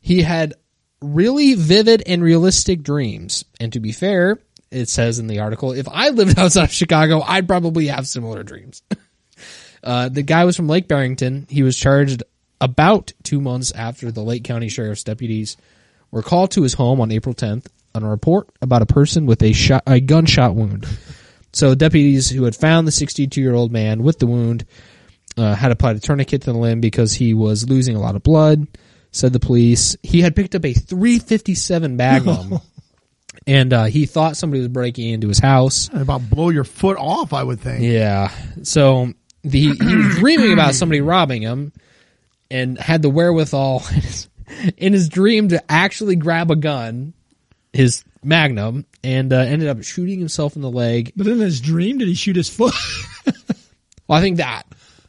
[SPEAKER 3] He had really vivid and realistic dreams. And to be fair, it says in the article, if I lived outside of Chicago, I'd probably have similar dreams. Uh, the guy was from Lake Barrington. He was charged about two months after the Lake County Sheriff's deputies were called to his home on April 10th on a report about a person with a, shot, a gunshot wound. So deputies who had found the 62-year-old man with the wound uh, had applied a tourniquet to the limb because he was losing a lot of blood. Said the police, he had picked up a 357 Magnum, and uh, he thought somebody was breaking into his house.
[SPEAKER 1] About blow your foot off, I would think.
[SPEAKER 3] Yeah. So the he was dreaming about somebody robbing him and had the wherewithal in his dream to actually grab a gun his magnum and uh, ended up shooting himself in the leg.
[SPEAKER 2] But in his dream, did he shoot his foot?
[SPEAKER 3] Well, I think that.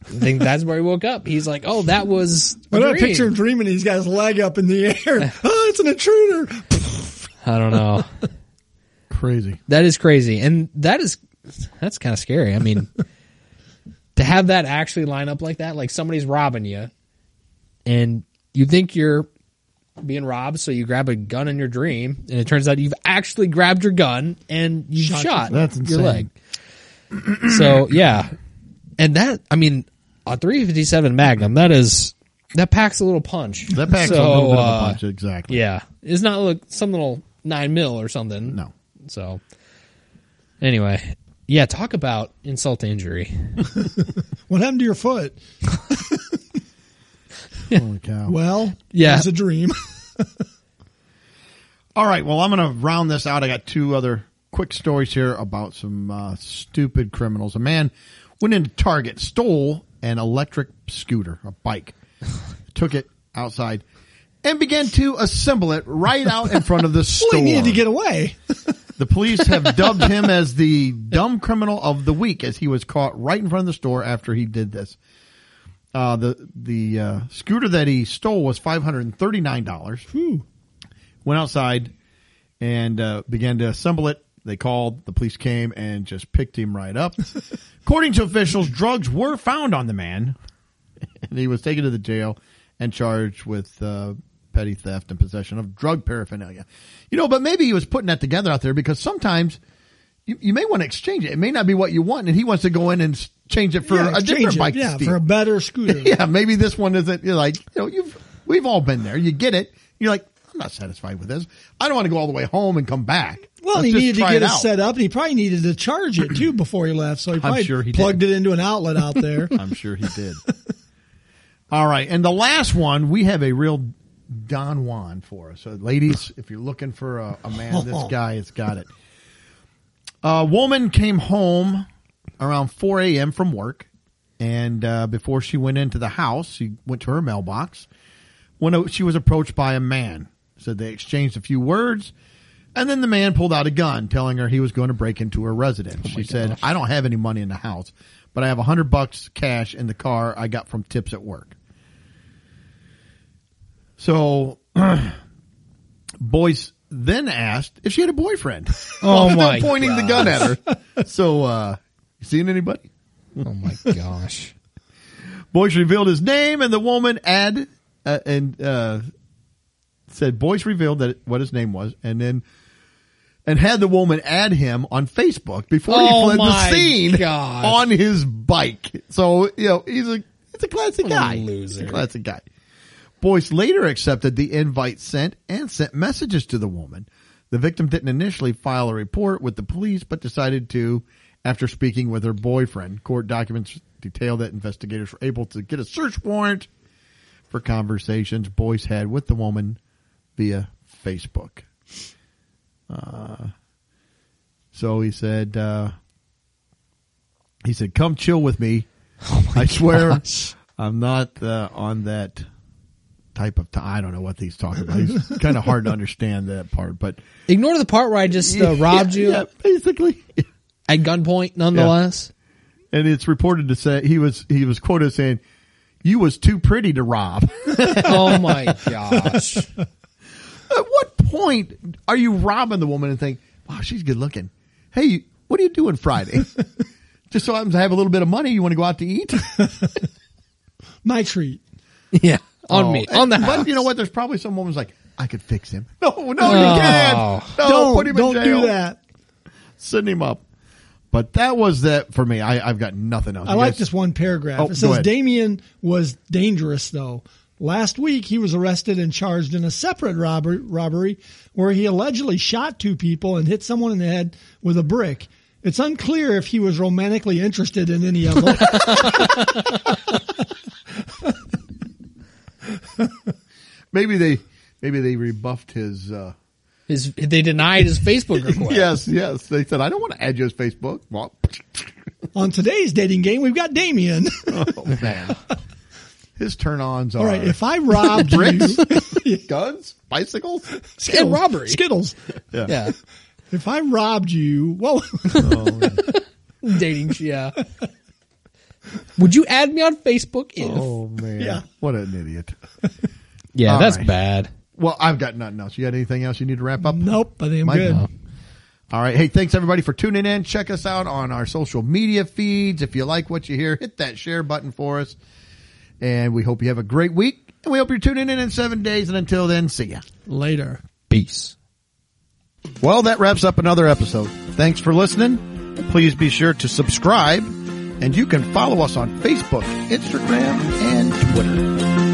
[SPEAKER 3] I think that's where he woke up. He's like, "Oh, that was." a
[SPEAKER 2] But I
[SPEAKER 3] dream."
[SPEAKER 2] picture him dreaming. He's got his leg up in the air. oh, it's an intruder.
[SPEAKER 3] I don't know.
[SPEAKER 1] Crazy.
[SPEAKER 3] That is crazy, and that is that's kind of scary. I mean, to have that actually line up like that, like somebody's robbing you, and you think you're being robbed, so you grab a gun in your dream, and it turns out you've actually grabbed your gun and you shot,
[SPEAKER 1] yourself.
[SPEAKER 2] Shot
[SPEAKER 1] That's
[SPEAKER 3] your leg.
[SPEAKER 1] insane.
[SPEAKER 3] so yeah, and that I mean, a three fifty seven Magnum that is that packs a little punch.
[SPEAKER 1] That packs
[SPEAKER 3] So,
[SPEAKER 1] a little bit of
[SPEAKER 3] uh,
[SPEAKER 1] a punch. Exactly.
[SPEAKER 3] Yeah, it's not like some little nine mil or something.
[SPEAKER 1] No.
[SPEAKER 3] So, anyway, yeah, talk about insult to injury.
[SPEAKER 2] What happened to your foot?
[SPEAKER 1] Holy cow.
[SPEAKER 2] Well,
[SPEAKER 3] Yeah.
[SPEAKER 2] it was a dream.
[SPEAKER 1] All right. Well, I'm going to round this out. I got two other quick stories here about some uh, stupid criminals. A man went into Target, stole an electric scooter, a bike, took it outside, and began to assemble it right out in front of the store.
[SPEAKER 2] well, he needed to get away.
[SPEAKER 1] The police have dubbed him as the dumb criminal of the week, as he was caught right in front of the store after he did this. Uh, the the uh, scooter that he stole was five hundred and thirty nine dollars. Went outside and uh, began to assemble it. They called. The police came and just picked him right up. According to officials, drugs were found on the man, and he was taken to the jail and charged with uh, petty theft and possession of drug paraphernalia. You know, but maybe he was putting that together out there because sometimes you, you may want to exchange it. It may not be what you want, and he wants to go in and s- change it for
[SPEAKER 2] Yeah,
[SPEAKER 1] a
[SPEAKER 2] exchange
[SPEAKER 1] different
[SPEAKER 2] it.
[SPEAKER 1] bike
[SPEAKER 2] Yeah,
[SPEAKER 1] steal.
[SPEAKER 2] for a better scooter.
[SPEAKER 1] yeah, maybe this one isn't. You're like, you know, you've we've all been there. You get it. You're like, I'm not satisfied with this. I don't want to go all the way home and come back.
[SPEAKER 2] Well,
[SPEAKER 1] Let's
[SPEAKER 2] he
[SPEAKER 1] just
[SPEAKER 2] needed to
[SPEAKER 1] try
[SPEAKER 2] get
[SPEAKER 1] it
[SPEAKER 2] it
[SPEAKER 1] out.
[SPEAKER 2] set up, and he probably needed to charge it too before he left. So he probably
[SPEAKER 1] sure he
[SPEAKER 2] plugged it into an outlet out there.
[SPEAKER 1] I'm sure he did. All right. And the last one, we have a real Don Juan for us. So, ladies, if you're looking for a, a man, this
[SPEAKER 2] Oh.
[SPEAKER 1] guy has got it. A woman came home around 4 a.m. from work. And uh, before she went into the house, she went to her mailbox. When uh, she was approached by a man, so they exchanged a few words, and then the man pulled out a gun, telling her he was going to break into her residence. she said, "I don't have any money in the house, but I have a hundred bucks cash in the car I got from tips at work." So, Boyce then asked if she had a boyfriend.
[SPEAKER 3] Oh,
[SPEAKER 1] Other than
[SPEAKER 3] my
[SPEAKER 1] Pointing the gun at her. So, uh, you seen anybody?
[SPEAKER 3] Oh my gosh.
[SPEAKER 1] Boyce revealed his name, and the woman add uh, and uh, said Boyce revealed that what his name was, and then and had the woman add him on Facebook before
[SPEAKER 3] Oh
[SPEAKER 1] he fled
[SPEAKER 3] my
[SPEAKER 1] the scene
[SPEAKER 3] gosh.
[SPEAKER 1] on his bike. So you know he's a it's a classic guy,
[SPEAKER 3] loser.
[SPEAKER 1] He's a classic guy. Boyce later accepted the invite sent and sent messages to the woman. The victim didn't initially file a report with the police, but decided to after speaking with her boyfriend. Court documents detail that investigators were able to get a search warrant for conversations Boyce had with the woman via Facebook. Uh, so he said, uh, he said, come chill with me. I swear I'm not uh, on that type of time. I don't know what he's talking about. He's kind of hard to understand that part, but
[SPEAKER 3] Ignore the part where I just uh, robbed
[SPEAKER 1] Yeah,
[SPEAKER 3] you
[SPEAKER 1] yeah, basically.
[SPEAKER 3] at gunpoint, nonetheless.
[SPEAKER 1] and it's reported to say he was he was quoted as saying, "You was too pretty to rob."
[SPEAKER 3] oh my gosh.
[SPEAKER 1] At what point are you robbing the woman and think, "Wow, she's good looking." Hey, what are you doing Friday? Just so happens I have a little bit of money. You want to go out to eat?
[SPEAKER 2] My treat.
[SPEAKER 3] Yeah. On me.
[SPEAKER 1] Oh,
[SPEAKER 3] On the
[SPEAKER 1] and-
[SPEAKER 3] house.
[SPEAKER 1] But you know what? There's probably some woman's like, "I could fix him." No, no, you
[SPEAKER 3] Oh.
[SPEAKER 1] can't. No,
[SPEAKER 2] don't
[SPEAKER 1] put him in
[SPEAKER 2] don't
[SPEAKER 1] jail.
[SPEAKER 2] do that.
[SPEAKER 1] send him up. But that was that for me. I, I've got nothing else.
[SPEAKER 2] I
[SPEAKER 1] You
[SPEAKER 2] like
[SPEAKER 1] guys-
[SPEAKER 2] this one paragraph.
[SPEAKER 1] Oh, go
[SPEAKER 2] it says
[SPEAKER 1] ahead.
[SPEAKER 2] Damien was dangerous though. Last week he was arrested and charged in a separate robbery, robbery where he allegedly shot two people and hit someone in the head with a brick. It's unclear if he was romantically interested in any of them.
[SPEAKER 1] Maybe they maybe they rebuffed his. Uh,
[SPEAKER 3] His, they denied his Facebook request.
[SPEAKER 1] yes, yes. They said I don't want to add you as Facebook. Well,
[SPEAKER 2] On today's dating game, we've got Damien.
[SPEAKER 1] oh, man. His turn ons are
[SPEAKER 2] All right, if I robbed you,
[SPEAKER 1] guns, bicycles.
[SPEAKER 2] Skittles,
[SPEAKER 3] And robbery.
[SPEAKER 2] Skittles.
[SPEAKER 3] Yeah.
[SPEAKER 2] If I robbed you, whoa,
[SPEAKER 3] Dating. Yeah. Would you add me on Facebook? If?
[SPEAKER 1] Oh man,
[SPEAKER 2] Yeah.
[SPEAKER 1] what an idiot.
[SPEAKER 3] yeah,
[SPEAKER 1] all
[SPEAKER 3] that's
[SPEAKER 1] right.
[SPEAKER 3] bad.
[SPEAKER 1] Well, I've got nothing else. You got anything else you need to wrap up?
[SPEAKER 2] nope, I think I'm
[SPEAKER 1] Mike?
[SPEAKER 2] good.
[SPEAKER 1] No. All right. Hey, thanks everybody for tuning in. Check us out on our social media feeds. If you like what you hear, hit that share button for us. And we hope you have a great week. And we hope you're tuning in in seven days. And until then, see ya.
[SPEAKER 2] Later.
[SPEAKER 3] Peace.
[SPEAKER 1] Well, that wraps up another episode. Thanks for listening. Please be sure to subscribe. And you can follow us on Facebook, Instagram, and Twitter.